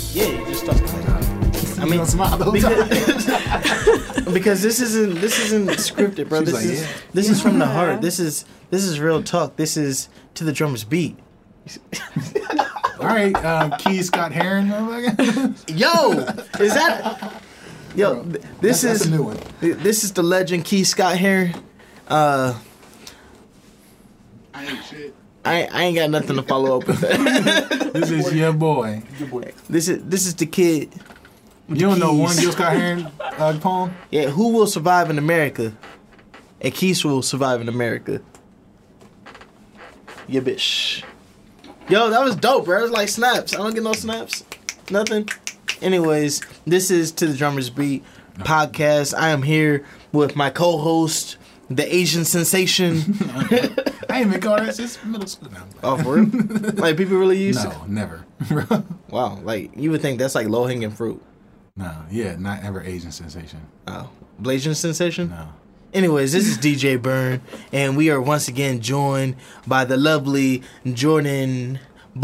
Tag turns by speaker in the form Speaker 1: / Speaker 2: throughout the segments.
Speaker 1: stuff like that. I mean, smile because, because this isn't this isn't scripted, bro.
Speaker 2: She's
Speaker 1: This
Speaker 2: like,
Speaker 1: is
Speaker 2: yeah.
Speaker 1: this is from the
Speaker 3: Yeah.
Speaker 1: heart. This is this is real talk. This is to the drummer's beat.
Speaker 2: All right, um, Key Scott Heron. motherfucker.
Speaker 1: Yo, is that? Yo, th- this
Speaker 2: That's- that's
Speaker 1: is
Speaker 2: a new one.
Speaker 1: th- This is the legend Key Scott here. Uh,
Speaker 4: I ain't shit.
Speaker 1: I I ain't got nothing to follow up with that.
Speaker 2: This is your boy.
Speaker 4: Good boy.
Speaker 1: this is this is the kid.
Speaker 2: You don't know one
Speaker 1: Keys.
Speaker 2: Gil Scott Heron uh, poem?
Speaker 1: Yeah, who will survive in America? And Keys will survive in America. Yeah, bitch. Yo, that was dope, bro. It was like snaps. I don't get no snaps. Nothing. Anyways, this is To the Drummer's Beat podcast. I am here with my co host, the Asian sensation.
Speaker 2: I ain't even call that. It's middle school. No,
Speaker 1: oh, for real? Like, people really use it?
Speaker 2: no never. no,
Speaker 1: Wow, like, you would think that's like low hanging fruit.
Speaker 2: yeah, not ever Asian sensation.
Speaker 1: Oh, Blasian sensation?
Speaker 2: No.
Speaker 1: Anyways, this is DJ Byrne, and we are once again joined by the lovely Jordan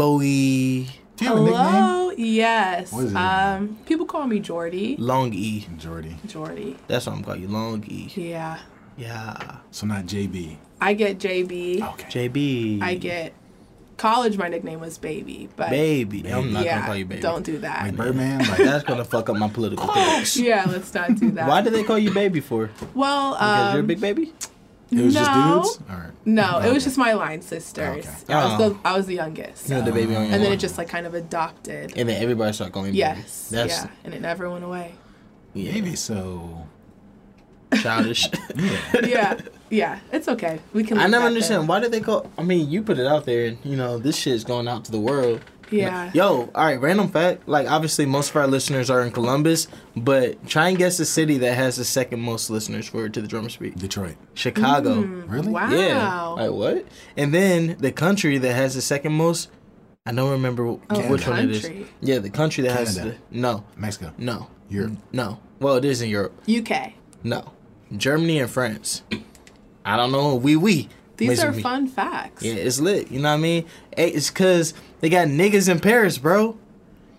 Speaker 1: Bowie
Speaker 2: Do you have a nickname?
Speaker 3: Hello. Yes.
Speaker 2: What is it?
Speaker 3: Um, people call me Jordy.
Speaker 1: Long E.
Speaker 2: Jordy.
Speaker 3: Jordy.
Speaker 1: That's what I'm calling you, Long E.
Speaker 3: Yeah.
Speaker 1: Yeah.
Speaker 2: So not JB.
Speaker 3: I get JB.
Speaker 1: Oh,
Speaker 3: I
Speaker 2: Okay.
Speaker 1: JB.
Speaker 3: get college. My nickname was Baby, but
Speaker 1: Baby. I'm not
Speaker 3: yeah,
Speaker 1: gonna call you baby.
Speaker 3: don't do that.
Speaker 2: like Birdman. Like,
Speaker 1: That's gonna fuck up my political thoughts.
Speaker 3: yeah, let's not do that.
Speaker 1: Why do they call you baby for?
Speaker 3: Well,
Speaker 1: Because
Speaker 3: um,
Speaker 1: you're a big baby?
Speaker 2: it was
Speaker 3: No.
Speaker 2: just dudes? Or,
Speaker 3: no, it was just my line sisters.
Speaker 2: Okay.
Speaker 3: I, was
Speaker 1: Oh.
Speaker 3: the, I was the youngest.
Speaker 1: You're the baby on your
Speaker 3: and then
Speaker 1: own.
Speaker 3: it just like kind of adopted.
Speaker 1: And then everybody start calling you
Speaker 3: yes.
Speaker 1: baby.
Speaker 3: yeah. And it never went away.
Speaker 1: yeah,
Speaker 2: Maybe so.
Speaker 1: childish.
Speaker 3: yeah. Yeah. It's okay. We can.
Speaker 1: I
Speaker 3: leave
Speaker 1: never
Speaker 3: that
Speaker 1: understand
Speaker 3: there.
Speaker 1: why do they call. I mean, you put it out there, and you know this shit's going out to the world.
Speaker 3: Yeah.
Speaker 1: Yo, all right, random fact. Like, obviously, most of our listeners are in Columbus, but try and guess the city that has the second most listeners for To the Drummer Speak.
Speaker 2: Detroit.
Speaker 1: Chicago.
Speaker 2: Really?
Speaker 3: Mm, Wow.
Speaker 1: Yeah. Like, what? And then the country that has the second most. I don't remember wh-
Speaker 3: Oh,
Speaker 1: which one it is.
Speaker 3: country.
Speaker 1: Yeah, the country that has the.
Speaker 2: Canada.
Speaker 1: No,
Speaker 2: Mexico.
Speaker 1: no,
Speaker 2: Europe.
Speaker 1: no. Well, it is in Europe.
Speaker 3: UK.
Speaker 1: No. Germany and France. I don't know. Wee wee.
Speaker 3: These
Speaker 1: Amazing
Speaker 3: are
Speaker 1: me.
Speaker 3: fun facts.
Speaker 1: Yeah, it's lit. You know what I mean? Hey, It's cause they got niggas in Paris, bro.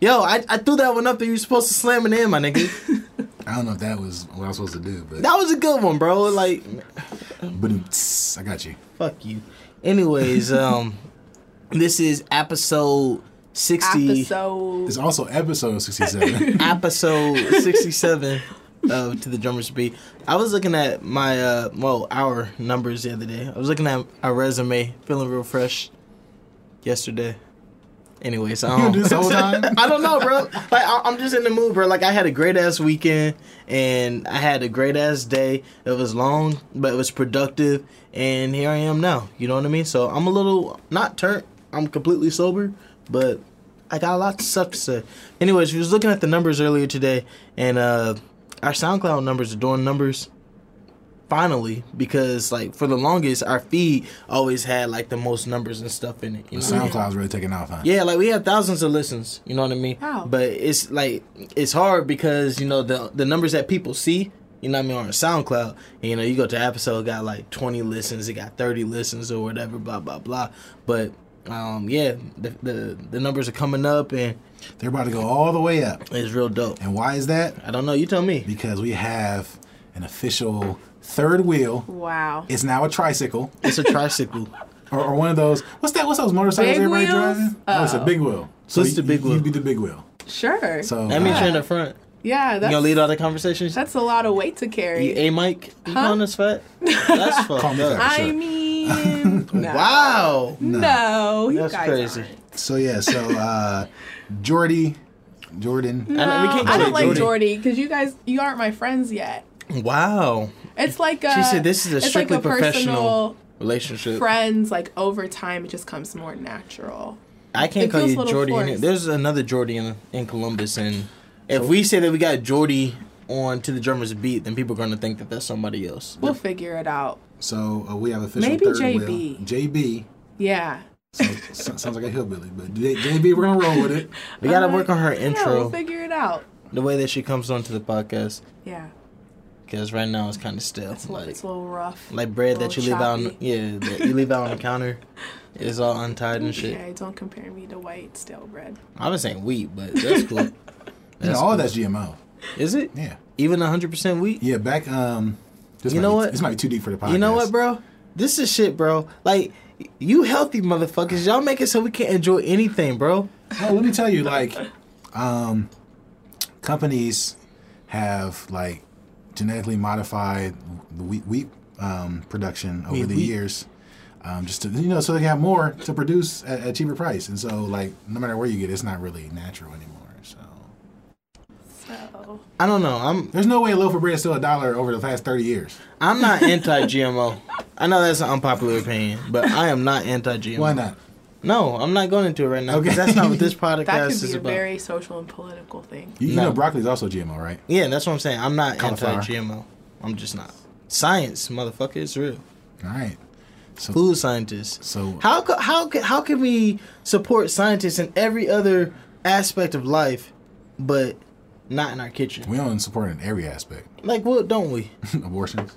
Speaker 1: Yo, I, I threw that one up that you were supposed to slam it in, my nigga.
Speaker 2: I don't know if that was what I was supposed to do, but
Speaker 1: that was a good one, bro. Like,
Speaker 2: but it's- I got you.
Speaker 1: fuck you. Anyways, um, this is episode sixty.
Speaker 3: Episode.
Speaker 2: It's also episode sixty-seven.
Speaker 1: episode 67 of To the Drummer's Beat. I was looking at my, uh, well, our numbers the other day. I was looking at our resume, feeling real fresh yesterday. Anyways, I
Speaker 2: you
Speaker 1: don't,
Speaker 2: do this whole time.
Speaker 1: I don't know, bro. Like, I, I'm just in the mood, bro. Like, I had a great ass weekend and I had a great ass day. It was long, but it was productive. And here I am now. You know what I mean? So I'm a little not turned. I'm completely sober, but I got a lot of stuff to say. Anyways, we was looking at the numbers earlier today, and uh, our SoundCloud numbers are doing numbers finally because like for the longest our feed always had like the most numbers and stuff in it you know what I mean?
Speaker 2: SoundCloud's really taking off, huh?
Speaker 1: Yeah, like we have thousands of listens. You know what I mean?
Speaker 3: Wow.
Speaker 1: But it's like it's hard because you know the the numbers that people see. You know what I mean on SoundCloud. And, you know you go to episode it got like twenty listens, it got thirty listens or whatever, blah blah blah. But um yeah, the the, the numbers are coming up and
Speaker 2: They're about to go all the way up.
Speaker 1: it's real dope.
Speaker 2: And why is that?
Speaker 1: I don't know. You tell me.
Speaker 2: Because we have an official third wheel.
Speaker 3: Wow.
Speaker 2: It's now a tricycle
Speaker 1: It's a tricycle.
Speaker 2: or, or one of those. What's that? What's those motorcycles
Speaker 3: Big
Speaker 2: everybody
Speaker 3: wheels?
Speaker 2: driving? Oh, it's a big wheel. So
Speaker 1: it's the big
Speaker 2: You
Speaker 1: wheel.
Speaker 2: be the big wheel.
Speaker 3: Sure.
Speaker 2: So
Speaker 1: That means
Speaker 2: uh,
Speaker 1: you're in the front.
Speaker 3: yeah.
Speaker 1: You
Speaker 3: That's,
Speaker 1: gonna lead all the conversations.
Speaker 3: that's a lot of weight to carry.
Speaker 1: You, hey Mike, you
Speaker 3: Huh?
Speaker 1: calling us fat? That's fucked
Speaker 2: me
Speaker 1: up.
Speaker 2: fat.
Speaker 3: I
Speaker 2: Sure.
Speaker 3: mean, no.
Speaker 1: Wow.
Speaker 3: No, you
Speaker 1: That's
Speaker 3: guys
Speaker 1: crazy.
Speaker 3: aren't.
Speaker 2: so yeah. So uh, Jordy, Jordan.
Speaker 1: I know, we can't
Speaker 3: No, I
Speaker 1: say
Speaker 3: don't like
Speaker 1: Jordy.
Speaker 3: Jordy because you guys, you aren't my friends yet.
Speaker 1: Wow.
Speaker 3: It's like a,
Speaker 1: She said this is a
Speaker 3: it's
Speaker 1: strictly
Speaker 3: like a
Speaker 1: professional
Speaker 3: personal
Speaker 1: relationship.
Speaker 3: friends. Like over time, it just comes more natural.
Speaker 1: I can't
Speaker 3: It
Speaker 1: call
Speaker 3: feels
Speaker 1: you
Speaker 3: a little
Speaker 1: Jordy. Any,
Speaker 3: forced.
Speaker 1: there's another Jordy in, in Columbus, and if we say that we got Jordy on to the drummer's beat, then people are gonna think that that's somebody else.
Speaker 3: We'll figure it out.
Speaker 2: So uh, we have official
Speaker 3: Maybe
Speaker 2: third
Speaker 3: JB.
Speaker 2: wheel. JB.
Speaker 3: Yeah.
Speaker 2: Sounds, sounds like a hillbilly, but J- JB, we're gonna roll with it.
Speaker 1: We gotta work on her
Speaker 3: Yeah, we'll
Speaker 1: intro,
Speaker 3: figure it out.
Speaker 1: the way that she comes onto the podcast,
Speaker 3: Yeah.
Speaker 1: because right now it's kind of stale.
Speaker 3: It's, a little-
Speaker 1: like
Speaker 3: it's a little rough.
Speaker 1: like bread that you
Speaker 3: little
Speaker 1: leave out, on,
Speaker 3: choppy.
Speaker 1: yeah, that you leave out on the counter. It's all untied and shit.
Speaker 3: Okay, don't compare me to white stale bread.
Speaker 1: I was saying wheat, but that's cool.
Speaker 2: You know, all of that's GMO.
Speaker 1: Is it?
Speaker 2: Yeah.
Speaker 1: Even 100% wheat?
Speaker 2: Yeah, back um this
Speaker 1: You
Speaker 2: might
Speaker 1: know
Speaker 2: be-
Speaker 1: what?
Speaker 2: This might be too deep for the podcast.
Speaker 1: You know what, bro? This is shit, bro. Like, you healthy motherfuckers. Y'all make it so we can't enjoy anything, bro.
Speaker 2: No, let me tell you, like, um, companies have like genetically modified the wheat, wheat um, production over
Speaker 1: Wheat,
Speaker 2: the
Speaker 1: wheat.
Speaker 2: years, um, just to you know, so they can have more to produce at a cheaper price. And so, like, no matter where you get, it, it's not really natural anymore. So
Speaker 3: So
Speaker 1: I don't know. I'm
Speaker 2: there's no way a loaf of bread is still a dollar over the past thirty years.
Speaker 1: I'm not anti-GMO. I know that's an unpopular opinion, but I am not anti-GMO.
Speaker 2: Why not?
Speaker 1: No, I'm not going into it right now.
Speaker 2: Okay.
Speaker 1: because That's not what this
Speaker 3: that
Speaker 1: podcast
Speaker 3: could
Speaker 1: is
Speaker 3: be a
Speaker 1: about.
Speaker 3: very social and political thing.
Speaker 2: You, you
Speaker 1: No.
Speaker 2: know, broccoli is also GMO, right?
Speaker 1: Yeah, that's what I'm saying. I'm not
Speaker 2: Cauliflower.
Speaker 1: anti-GMO. I'm just not. Science, motherfucker, it's real.
Speaker 2: All right. So
Speaker 1: Food scientists.
Speaker 2: so
Speaker 1: How co- how ca- how can we support scientists in every other aspect of life, but not in our kitchen?
Speaker 2: we don't support in every aspect.
Speaker 1: Like, what don't we?
Speaker 2: Abortions.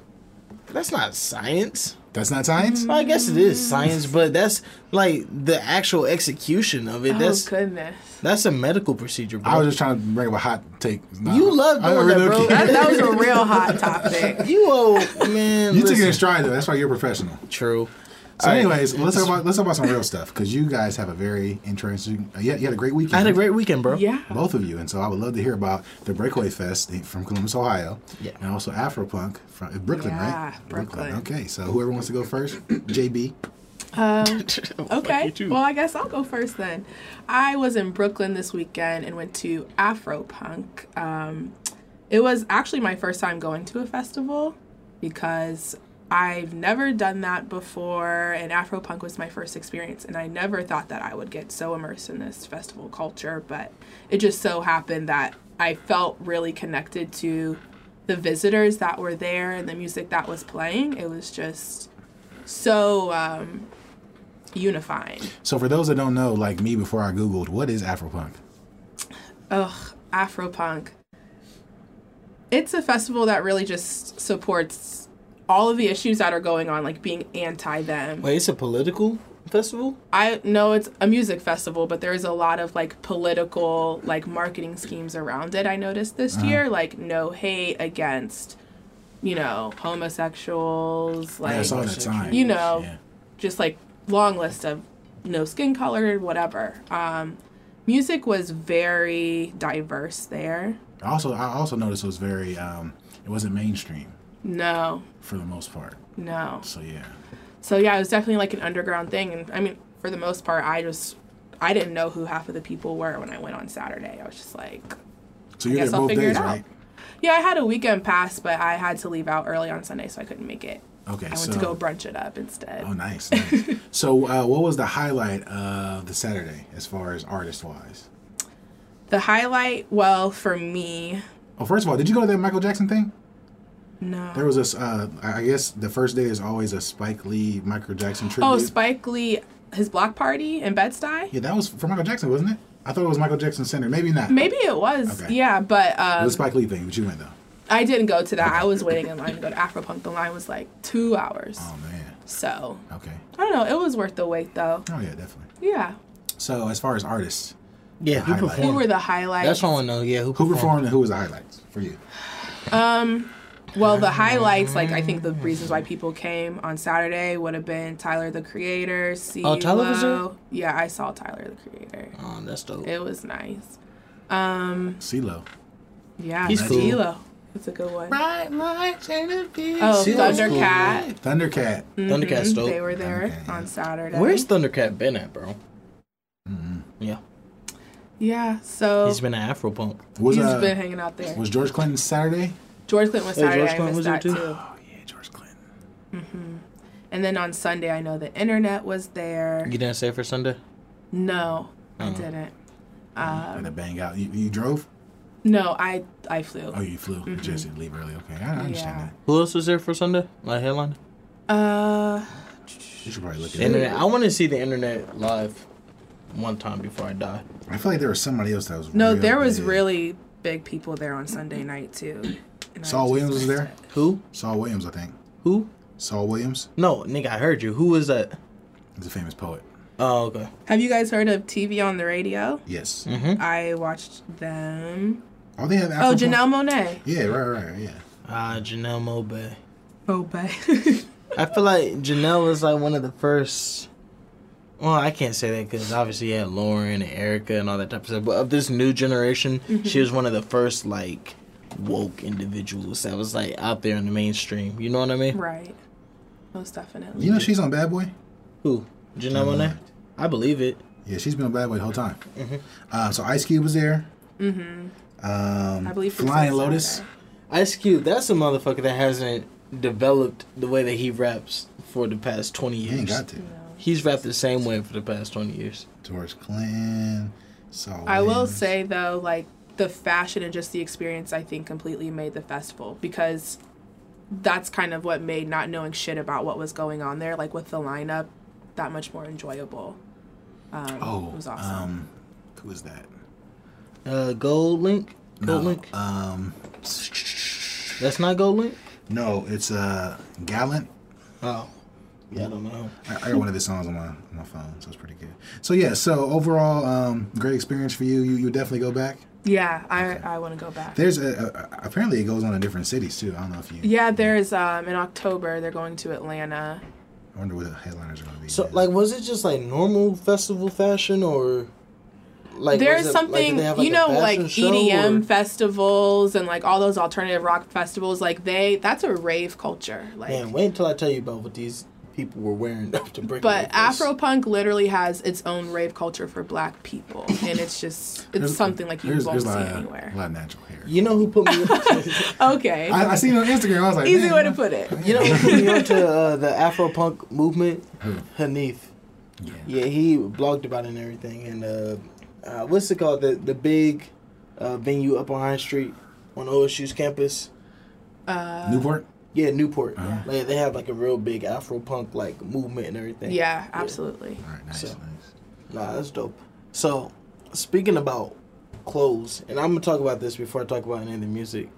Speaker 1: That's not science.
Speaker 2: That's not science.
Speaker 1: Well, I guess it is science, but that's like the actual execution of it.
Speaker 3: Oh
Speaker 1: that's
Speaker 3: goodness,
Speaker 1: that's a medical procedure, bro.
Speaker 2: I was just trying to bring up a hot take. Nah.
Speaker 1: You love
Speaker 2: I
Speaker 1: doing
Speaker 2: really
Speaker 1: that, bro.
Speaker 2: don't care.
Speaker 3: that, that was a real hot topic.
Speaker 1: you old man.
Speaker 2: You took it
Speaker 1: listen.
Speaker 2: in stride though. That's why you're professional.
Speaker 1: True.
Speaker 2: So,
Speaker 1: All right.
Speaker 2: anyways, let's talk about let's talk about some real stuff because you guys have a very interesting. Uh, yeah, you had a great weekend.
Speaker 1: I had a great weekend, bro.
Speaker 3: Yeah,
Speaker 2: both of you, and so I would love to hear about the Breakaway Fest from Columbus, Ohio,
Speaker 1: Yeah.
Speaker 2: and also Afropunk from uh, Brooklyn,
Speaker 3: Yeah,
Speaker 2: right?
Speaker 3: Brooklyn.
Speaker 2: Okay, so whoever wants to go first, JB.
Speaker 3: Um,
Speaker 1: Fuck you
Speaker 3: okay.
Speaker 1: too.
Speaker 3: Well, I guess I'll go first then. I was in Brooklyn this weekend and went to Afropunk. Um, it was actually my first time going to a festival because I've never done that before, and Afropunk was my first experience, and I never thought that I would get so immersed in this festival culture, but it just so happened that I felt really connected to the visitors that were there and the music that was playing. It was just so um, unifying.
Speaker 2: So for those that don't know, like me, before I googled, what is Afropunk?
Speaker 3: Ugh, Afropunk. It's a festival that really just supports all of the issues that are going on, like being anti them.
Speaker 1: Wait, it's a political festival?
Speaker 3: I know it's a music festival, but there is a lot of like political like marketing schemes around it. I noticed this year, like no hate against, you know, homosexuals,
Speaker 2: Yeah, I
Speaker 3: like
Speaker 2: saw that sign.
Speaker 3: you know,
Speaker 2: Yeah.
Speaker 3: just like long list of no skin color, whatever. Um, music was very diverse there.
Speaker 2: Also, I also noticed it was very. Um, it wasn't mainstream
Speaker 3: No,
Speaker 2: for the most part.
Speaker 3: no.
Speaker 2: So yeah.
Speaker 3: So yeah, it was definitely like an underground thing, and I mean, for the most part, I just I didn't know who half of the people were when I went on Saturday. I was just like,
Speaker 2: So you're
Speaker 3: guess
Speaker 2: there
Speaker 3: I'll
Speaker 2: both
Speaker 3: figure it
Speaker 2: days,
Speaker 3: out.
Speaker 2: right?
Speaker 3: yeah, I had a weekend pass, but I had to leave out early on Sunday, so I couldn't make it.
Speaker 2: Okay,
Speaker 3: I went
Speaker 2: so
Speaker 3: to go brunch it up instead.
Speaker 2: oh, nice. nice. so, uh, what was the highlight of the Saturday as far as artist wise?
Speaker 3: The highlight, well, for me,
Speaker 2: Oh, first of all, did you go to that Michael Jackson thing?
Speaker 3: no.
Speaker 2: There was this. Uh, I I guess the first day is always a Spike Lee Michael Jackson tribute.
Speaker 3: oh, Spike Lee, his block party in Bed Stuy.
Speaker 2: yeah, that was for Michael Jackson, wasn't it? I thought it was Michael Jackson Center. Maybe not.
Speaker 3: Maybe it was,
Speaker 2: Okay.
Speaker 3: yeah, but
Speaker 2: It
Speaker 3: um,
Speaker 2: was a Spike Lee thing, but you went though.
Speaker 3: I didn't go to that. I was waiting in line to go to Afropunk. The line was like two hours,
Speaker 2: Oh man.
Speaker 3: so
Speaker 2: Okay.
Speaker 3: I don't know. It was worth the wait, though.
Speaker 2: Oh yeah, definitely.
Speaker 3: Yeah.
Speaker 2: So, as far as artists,
Speaker 1: Yeah, who
Speaker 2: Highlight.
Speaker 3: Who
Speaker 1: performed?
Speaker 3: were the highlights?
Speaker 1: That's what I want to know. Yeah, who,
Speaker 2: who performed and who was the highlights for you?
Speaker 3: Well, the highlights, like I think the reasons why people came on Saturday would have been Tyler the Creator, CeeLo.
Speaker 1: Oh, Tyler was there?
Speaker 3: Yeah, I saw Tyler the Creator.
Speaker 1: Oh, that's dope.
Speaker 3: It was nice. Um,
Speaker 2: CeeLo.
Speaker 3: yeah,
Speaker 1: He's cool.
Speaker 3: CeeLo. That's a good one.
Speaker 2: Right, lights and a bitch.
Speaker 3: Oh,
Speaker 1: CeeLo's cool.
Speaker 3: Thundercat.
Speaker 2: Thundercat.
Speaker 3: Mm,
Speaker 1: Thundercat's dope.
Speaker 3: They were there
Speaker 2: Okay.
Speaker 3: on Saturday.
Speaker 1: Where's Thundercat been at, bro?
Speaker 2: Mm-hmm.
Speaker 1: Yeah,
Speaker 3: Yeah, so
Speaker 1: he's been an Afro punk.
Speaker 2: Was
Speaker 3: he's
Speaker 2: uh,
Speaker 3: been hanging out there.
Speaker 2: was George Clinton Saturday?
Speaker 3: George Clinton was
Speaker 1: Oh, George
Speaker 3: Saturday.
Speaker 1: Clinton
Speaker 3: I missed
Speaker 1: was there
Speaker 3: that
Speaker 1: too?
Speaker 3: too.
Speaker 2: Oh yeah, George Clinton.
Speaker 3: And then on Sunday, I know the internet was there.
Speaker 1: You didn't say for Sunday?
Speaker 3: No, I
Speaker 1: Uh-huh.
Speaker 3: didn't.
Speaker 2: And
Speaker 3: Um,
Speaker 2: a bang out. You, you drove?
Speaker 3: No, I I flew.
Speaker 2: Oh, you flew. You just didn't leave early. Okay, I I understand
Speaker 3: Mm-hmm. Yeah.
Speaker 2: that.
Speaker 1: Who else was there for Sunday? Like headline?
Speaker 3: Uh,
Speaker 2: You should probably look at it.
Speaker 1: Internet. I want to see the internet live one time before I die.
Speaker 2: I feel like there was somebody else that was.
Speaker 3: no,
Speaker 2: real
Speaker 3: there was
Speaker 2: big.
Speaker 3: really big people there on Sunday night too. And I
Speaker 2: Saul
Speaker 3: just
Speaker 2: Williams was
Speaker 3: missed
Speaker 2: there.
Speaker 3: it.
Speaker 1: Who?
Speaker 2: Saul Williams, I think.
Speaker 1: Who?
Speaker 2: Saul Williams.
Speaker 1: No, nigga, I heard you. Who was that?
Speaker 2: He's a famous poet.
Speaker 1: Oh, okay.
Speaker 3: Have you guys heard of TV on the radio?
Speaker 2: Yes.
Speaker 3: I watched them.
Speaker 2: Oh, they have.
Speaker 3: Oh,
Speaker 2: Afropunk?
Speaker 3: Janelle Monet.
Speaker 2: Yeah, right, right, right, yeah.
Speaker 1: Ah, Janelle Mobe.
Speaker 3: Oh, but
Speaker 1: I feel like Janelle was like one of the first. Well, I can't say that because obviously you had Lauren and Erica and all that type of stuff. But of this new generation, she was one of the first like woke individuals that was like out there in the mainstream. You know what I mean?
Speaker 3: right. Most definitely.
Speaker 2: You know she's on Bad Boy.
Speaker 1: Who Janelle Monae? I believe it.
Speaker 2: Yeah, she's been on Bad Boy the whole time. Uh, so Ice Cube was there. Mm-hmm. Um,
Speaker 3: I believe Fruits
Speaker 2: Flying
Speaker 3: on
Speaker 2: Lotus.
Speaker 3: Saturday.
Speaker 1: Ice Cube. That's a motherfucker that hasn't developed the way that he raps for the past twenty
Speaker 2: He ain't
Speaker 1: years.
Speaker 2: got to.
Speaker 1: He's rapped the same way for the past twenty years.
Speaker 2: George Clinton. So
Speaker 3: I will say though, like the fashion and just the experience, I think completely made the festival because that's kind of what made not knowing shit about what was going on there, like with the lineup, that much more enjoyable. Um,
Speaker 2: Oh,
Speaker 3: it was awesome.
Speaker 2: um, who is that?
Speaker 1: Uh, Gold Link. Gold
Speaker 2: No,
Speaker 1: Link.
Speaker 2: um,
Speaker 1: That's not Gold Link.
Speaker 2: no, it's uh, Gallant.
Speaker 1: Oh, yeah, I don't know.
Speaker 2: I, I got one of his songs on my on my phone, so it's pretty good. So yeah, so overall, um, great experience for you. You you would definitely go back.
Speaker 3: yeah, I I want to go back.
Speaker 2: There's a, a, a- apparently it goes on in different cities too. I don't know if you.
Speaker 3: yeah, there's um in October they're going to Atlanta.
Speaker 2: I wonder what the headliners are going to be.
Speaker 1: So, like, was it just like normal festival fashion, or like
Speaker 3: There's
Speaker 1: was it- like, did
Speaker 3: something
Speaker 1: they have,
Speaker 3: you
Speaker 1: a
Speaker 3: know, like E
Speaker 1: fashion show,
Speaker 3: EDM
Speaker 1: or-
Speaker 3: festivals and like all those alternative rock festivals. Like they, that's a rave culture. Like
Speaker 1: Man, wait until I tell you about what these people were wearing after break.
Speaker 3: But Afropunk literally has its own rave culture for black people, and it's just it's something like you
Speaker 2: There's-
Speaker 3: won't
Speaker 2: there's
Speaker 3: see
Speaker 2: a lot of-
Speaker 3: anywhere.
Speaker 2: A lot of natural hair.
Speaker 1: you know who put me?
Speaker 3: Okay,
Speaker 2: I, I seen it on Instagram. I was like,
Speaker 3: easy
Speaker 2: man,
Speaker 3: way to put it.
Speaker 1: you know who put me onto uh, the Afropunk movement? Hanif.
Speaker 2: Yeah.
Speaker 1: Yeah, he blogged about it and everything. And uh, uh, what's it called? The the big uh, venue up on High Street on OSU's campus.
Speaker 3: Uh,
Speaker 2: Newport.
Speaker 1: Yeah, Newport.
Speaker 2: Uh-huh.
Speaker 1: Like they have like a real big Afro punk like movement and everything.
Speaker 3: yeah, absolutely.
Speaker 2: All right, nice,
Speaker 1: So-
Speaker 2: nice.
Speaker 1: Nah, that's dope. So, speaking about clothes, and I'm gonna talk about this before I talk about any of the music.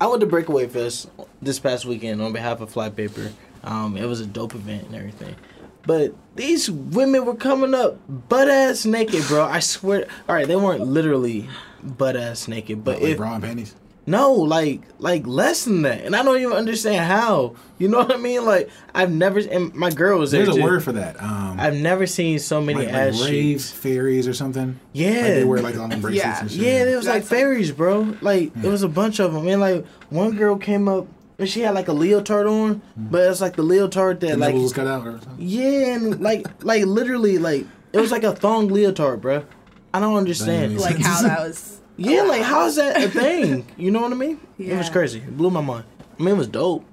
Speaker 1: I went to Breakaway Fest this past weekend on behalf of Fly Paper. Um, it was a dope event and everything. But these women were coming up butt ass naked, bro. I swear. All right, they weren't literally butt ass naked, but
Speaker 2: Like
Speaker 1: if
Speaker 2: bra and panties.
Speaker 1: no, like like less than that, and I don't even understand how. You know what I mean? Like I've never. And my girl was there.
Speaker 2: There's a
Speaker 1: too.
Speaker 2: word for that. Um,
Speaker 1: I've never seen so many
Speaker 2: like, like
Speaker 1: ass
Speaker 2: rave
Speaker 1: cheeks.
Speaker 2: fairies or something.
Speaker 1: Yeah.
Speaker 2: Like they wear like on bracelets
Speaker 3: Yeah.
Speaker 2: and shit.
Speaker 1: Yeah, it was like
Speaker 3: That's something.
Speaker 1: fairies, bro. Like it was a bunch of them, and like one girl came up and she had like a leotard on, but it's like the leotard that
Speaker 2: And
Speaker 1: like
Speaker 2: nipples was cut out or something.
Speaker 1: yeah, and like like literally like it was like a thong leotard, bro. I don't understand.
Speaker 2: Dang.
Speaker 1: Like
Speaker 3: Like how that was.
Speaker 1: yeah, like how is that a thing? You know what I mean? It was
Speaker 3: Yeah.
Speaker 1: crazy. It blew my mind. I mean, it was dope.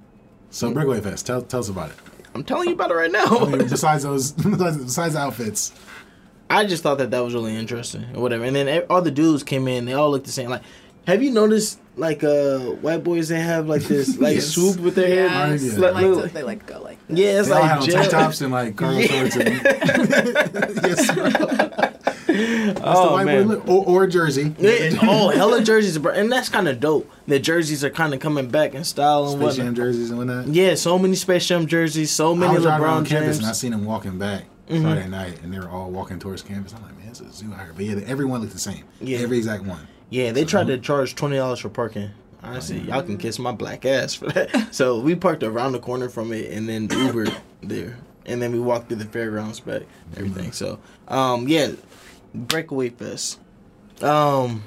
Speaker 2: So breakaway fest. Tell tell us about it.
Speaker 1: I'm telling you about it right
Speaker 2: I mean,
Speaker 1: now.
Speaker 2: besides those, besides the outfits.
Speaker 1: I just thought that that was really interesting or whatever. And then e- all the dudes came in, they all looked the same. Like, have you noticed like uh white boys that have like this like
Speaker 2: Yes.
Speaker 1: swoop with their hair?
Speaker 3: Yeah,
Speaker 2: Alright,
Speaker 3: they
Speaker 2: yeah.
Speaker 3: like to-
Speaker 1: Look.
Speaker 3: they like to go like. that.
Speaker 1: Yeah, it's
Speaker 2: They all
Speaker 1: like
Speaker 2: had on
Speaker 1: gel.
Speaker 2: tank tops and like cargo shorts. And, yes, bro. That's the
Speaker 1: Oh,
Speaker 2: white boy
Speaker 1: man.
Speaker 2: look. Or, or jersey.
Speaker 1: Yeah, oh, hella jerseys, bro, and that's kind of dope. The jerseys are kind of coming back in style and
Speaker 2: Space Jam
Speaker 1: whatnot.
Speaker 2: jerseys and whatnot.
Speaker 1: Yeah, so many Space Jam jerseys, so
Speaker 2: I
Speaker 1: many
Speaker 2: was driving
Speaker 1: LeBron
Speaker 2: around campus
Speaker 1: James. Mm-hmm.
Speaker 2: and I seen them walking back Friday night, and they were all walking towards campus. I'm like, man, it's a zoo out here. But yeah, everyone looked the same.
Speaker 1: Yeah.
Speaker 2: Every exact one.
Speaker 1: Yeah, they tried to charge twenty dollars for parking. Honestly,
Speaker 2: Oh,
Speaker 1: y'all can kiss my black ass for that. so we parked around the corner from it and then Ubered there, and then we walked through the fairgrounds back,
Speaker 2: Mm-hmm.
Speaker 1: and everything. So, um, yeah, Breakaway Fest. Um,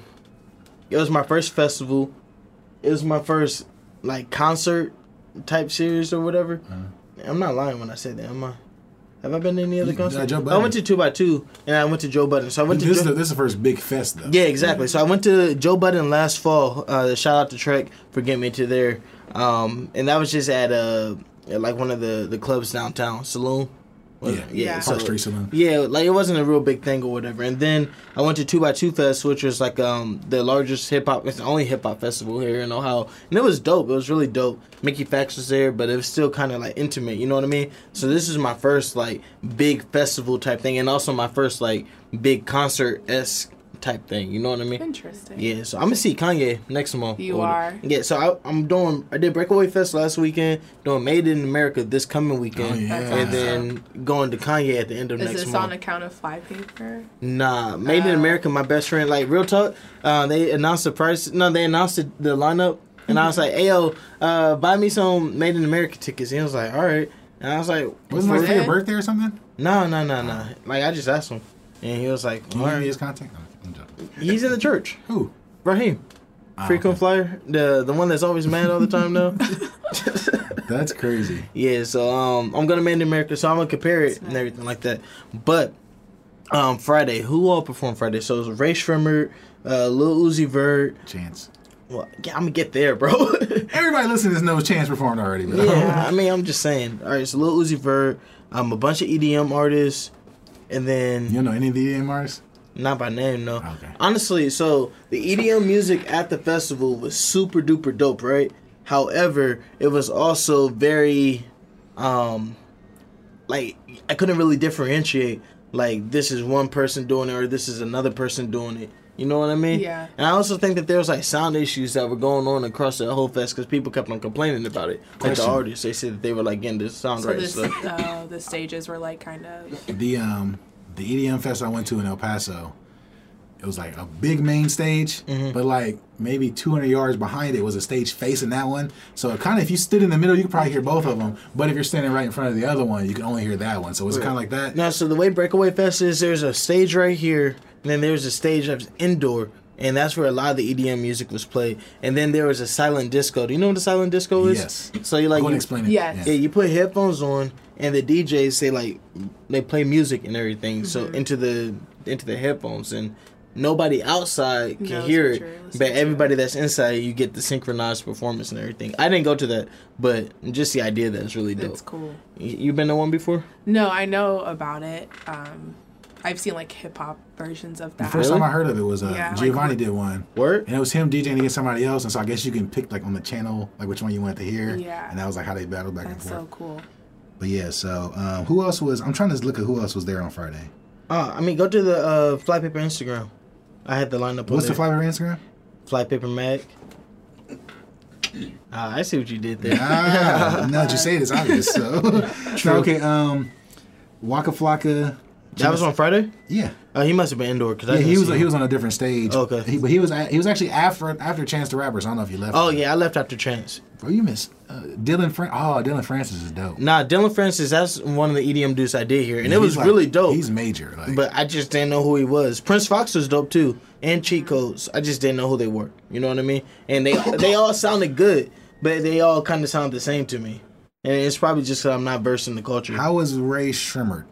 Speaker 1: it was my first festival. It was my first like concert type series or whatever. I'm not lying when I say that. Am I? Have I been to any other
Speaker 2: Uh-huh. You- uh,
Speaker 1: concert?
Speaker 2: Joe
Speaker 1: I went
Speaker 2: Budden.
Speaker 1: to two by two, and I went to Joe Budden. So I went to
Speaker 2: This is,
Speaker 1: Joe-
Speaker 2: the, this is the first big fest, though.
Speaker 1: yeah, exactly. So I went to Joe Budden last fall. Uh, shout out to Trek for getting me to there, um, and that was just at uh at like one of the the clubs downtown, saloon.
Speaker 2: Yeah.
Speaker 1: Was- yeah,
Speaker 3: Yeah.
Speaker 2: Park
Speaker 1: so-
Speaker 2: Street Saloon.
Speaker 1: Yeah, like it wasn't a real big thing or whatever. And then I went to Two by Two Fest, which was like um the largest hip hop. It's the only hip hop festival here in Ohio, and it was dope. It was really dope. Mickey Fax was there, but it was still kind of like intimate. You know what I mean? So this is my first like big festival type thing, and also my first like big concert esque type thing. You know what I mean?
Speaker 3: Interesting.
Speaker 1: Yeah, so I'm gonna see Kanye next month.
Speaker 3: You
Speaker 1: Or-
Speaker 3: are.
Speaker 1: Yeah, so I, I'm doing. I did Breakaway Fest last weekend. Doing Made in America this coming weekend,
Speaker 2: Oh, yeah.
Speaker 3: That's
Speaker 1: and
Speaker 3: awesome.
Speaker 1: then going to Kanye at the end of
Speaker 3: Is
Speaker 1: next
Speaker 3: this
Speaker 1: month.
Speaker 3: on account of fly paper?
Speaker 1: Nah, Made in
Speaker 3: Oh.
Speaker 1: America, my best friend. Like real talk, uh, they announced the price. No, they announced the, the lineup, and I was
Speaker 3: Mm-hmm.
Speaker 1: like, "Ayo, uh, buy me some Made in America tickets." And he was like, "All right." And I was like,
Speaker 2: Wasn't that for your
Speaker 3: it?
Speaker 2: birthday or something?
Speaker 1: "No, no, no, no." Like I just asked him, and he was like,
Speaker 2: Can
Speaker 1: "All
Speaker 2: you give me
Speaker 1: right."
Speaker 2: his contact? No, I'm joking.
Speaker 1: He's in the church.
Speaker 2: Who?
Speaker 1: Raheem,
Speaker 2: Ah,
Speaker 1: frequent
Speaker 2: okay.
Speaker 1: flyer, the the one that's always mad all the time now.
Speaker 2: That's crazy.
Speaker 1: Yeah, so um, I'm gonna Made in America, so I'm gonna compare it
Speaker 3: That's
Speaker 1: and
Speaker 3: nice.
Speaker 1: everything like that. But um, Friday, who all perform Friday? So it's Ray Shrimmer, uh, Lil Uzi Vert.
Speaker 2: Chance.
Speaker 1: Well, yeah, I'm gonna get there, bro.
Speaker 2: Everybody listening to this knows Chance performed already. But
Speaker 1: yeah, I mean, I'm just saying. All right, so Lil Uzi Vert, um, a bunch of EDM artists, and then
Speaker 2: you don't know any of the E EMRs?
Speaker 1: not by name, no.
Speaker 2: Okay.
Speaker 1: Honestly, so the EDM music at the festival was super duper dope, right? However, it was also very, um, like I couldn't really differentiate. Like this is one person doing it, or this is another person doing it. You know what I mean?
Speaker 3: Yeah.
Speaker 1: And I also think that there was like sound issues that were going on across the whole fest because people kept on complaining about it. Like the
Speaker 2: Question.
Speaker 1: artists, they said that they were like getting the sound
Speaker 3: So
Speaker 1: right.
Speaker 3: this,
Speaker 1: so
Speaker 3: uh, the stages were like kind of.
Speaker 2: The um the EDM fest I went to in El Paso, it was like a big main stage,
Speaker 1: Mm-hmm.
Speaker 2: but like maybe 200 yards behind it was a stage facing that one. So it kind of if you stood in the middle, you could probably hear both of them. But if you're standing right in front of the other one, you can only hear that one. So it's kind of like that.
Speaker 1: Now, so the way Breakaway Fest is, there's a stage right here, and then there's a stage that's indoor, and that's where a lot of the EDM music was played. And then there was a silent disco. Do you know what a silent disco is?
Speaker 2: Yes.
Speaker 1: So you like
Speaker 2: I
Speaker 1: you-
Speaker 2: wouldn't explain it.
Speaker 3: Yes.
Speaker 1: yeah, you put headphones on, and the DJs say like they play music and everything, so
Speaker 3: Mm-hmm.
Speaker 1: into the into the headphones, and nobody outside can
Speaker 3: Knows
Speaker 1: hear
Speaker 3: what
Speaker 1: it,
Speaker 3: you're
Speaker 1: but
Speaker 3: listening to.
Speaker 1: everybody that's inside, you get the synchronized performance and everything. I didn't go to that, but just the idea that it's really dope.
Speaker 3: That's cool.
Speaker 1: Y- You been to one before?
Speaker 3: No, I know about it. Um, I've seen like hip hop versions of that.
Speaker 2: First
Speaker 1: Really?
Speaker 2: time I heard of it was uh,
Speaker 3: Yeah, like-
Speaker 2: Giovanni did one.
Speaker 1: Word.
Speaker 2: And it was him DJing against somebody else, and so I guess you can pick like on the channel like which one you wanted to hear.
Speaker 3: Yeah.
Speaker 2: And that was like how they battled back
Speaker 3: That's
Speaker 2: and forth.
Speaker 3: so cool.
Speaker 2: But yeah, so um, who else was? I'm trying to look at who else was there on Friday.
Speaker 1: Uh, I mean, go to the uh, Fly Paper Instagram. I had the lineup
Speaker 2: What's
Speaker 1: on
Speaker 2: the
Speaker 1: there.
Speaker 2: flyer Instagram?
Speaker 1: Fly Paper Mag. Ah, I see what you did there.
Speaker 2: Ah, now that you say it, it's obvious. So No, okay, um, Waka Flocka.
Speaker 1: that was on Friday.
Speaker 2: Yeah,
Speaker 1: Uh, he must have been indoor because
Speaker 2: yeah.
Speaker 1: I didn't
Speaker 2: He was
Speaker 1: see him.
Speaker 2: he was on a different stage.
Speaker 1: Okay.
Speaker 2: He- but he was at- he was actually after after Chance the Rappers. I don't know if you left.
Speaker 1: Oh yeah, I left after Chance.
Speaker 2: Bro, you missed uh, Dylan. Fran- oh, Dylan Francis is dope.
Speaker 1: Nah, Dylan Francis. That's one of the EDM dudes I did here, and it
Speaker 2: He's,
Speaker 1: was
Speaker 2: like-
Speaker 1: really dope.
Speaker 2: He's major. Like,
Speaker 1: But I just didn't know who he was. Prince Fox was dope too, and Cheat Codes. I just didn't know who they were. You know what I mean? And they they all sounded good, but they all kind of sound the same to me. And it's probably just 'cause I'm not versed in the culture.
Speaker 2: how was Ray Shrimmer?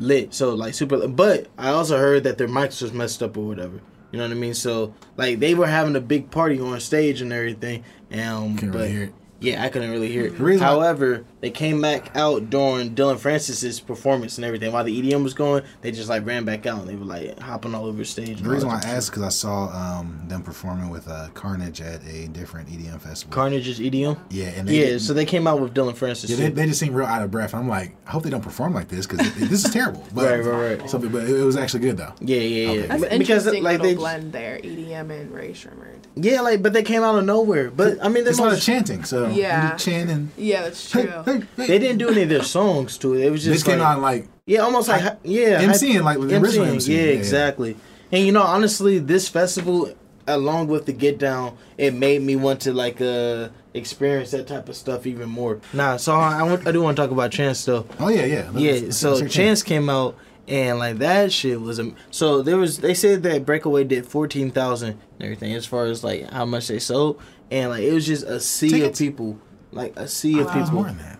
Speaker 1: lit. So like super. But I also heard that their mics was messed up or whatever. You know what I mean? So like they were having a big party on stage and everything. Um,
Speaker 2: Couldn't
Speaker 1: but
Speaker 2: really hear it.
Speaker 1: yeah, I couldn't really hear it.
Speaker 2: reason why-
Speaker 1: However, they came back out during Dylan Francis's performance and everything. While the EDM was going, they just like ran back out and they were like hopping all over the stage.
Speaker 2: The reason why I asked because I saw um, them performing with uh, Carnage at a different EDM festival.
Speaker 1: Carnage's EDM.
Speaker 2: yeah, and they,
Speaker 1: Yeah, so they came out with Dylan Francis.
Speaker 2: yeah, they,
Speaker 1: too.
Speaker 2: they just seemed real out of breath. I'm like, I hope they don't perform like this because this is terrible. But,
Speaker 1: Right, right, right.
Speaker 2: So, but it, it was actually good though.
Speaker 1: yeah, yeah, yeah.
Speaker 3: That's
Speaker 1: Because,
Speaker 3: interesting
Speaker 1: like,
Speaker 3: little
Speaker 1: they-
Speaker 3: blend there, EDM and Ray Shrimmer.
Speaker 1: Yeah, like, but they came out of nowhere. But I mean, they
Speaker 2: It's a lot of
Speaker 1: most,
Speaker 2: chanting, so
Speaker 3: Yeah.
Speaker 2: chant and
Speaker 3: Yeah, that's
Speaker 2: hey,
Speaker 3: true.
Speaker 2: hey, hey.
Speaker 1: they didn't do any of their songs to it. It was
Speaker 2: They
Speaker 1: just
Speaker 2: just came
Speaker 1: like-
Speaker 2: out and like
Speaker 1: Yeah, almost like yeah,
Speaker 2: MCing, like, the original
Speaker 1: MCing,
Speaker 2: MC,
Speaker 1: Yeah,
Speaker 2: yeah, yeah.
Speaker 1: exactly. And you know, honestly, this festival, along with the Get Down, it made me want to like uh experience that type of stuff even more. Nah, so I I, want, I do want to talk about Chance though.
Speaker 2: oh yeah yeah Let's-
Speaker 1: Yeah,
Speaker 2: let's- let's
Speaker 1: so
Speaker 2: hear
Speaker 1: Chance came out and like that shit was am- so there was they said that Breakaway did fourteen thousand and everything as far as like how much they sold and like it was just a sea
Speaker 2: Tickets?
Speaker 1: of people, like a sea of
Speaker 2: It was
Speaker 1: people.
Speaker 2: more than that.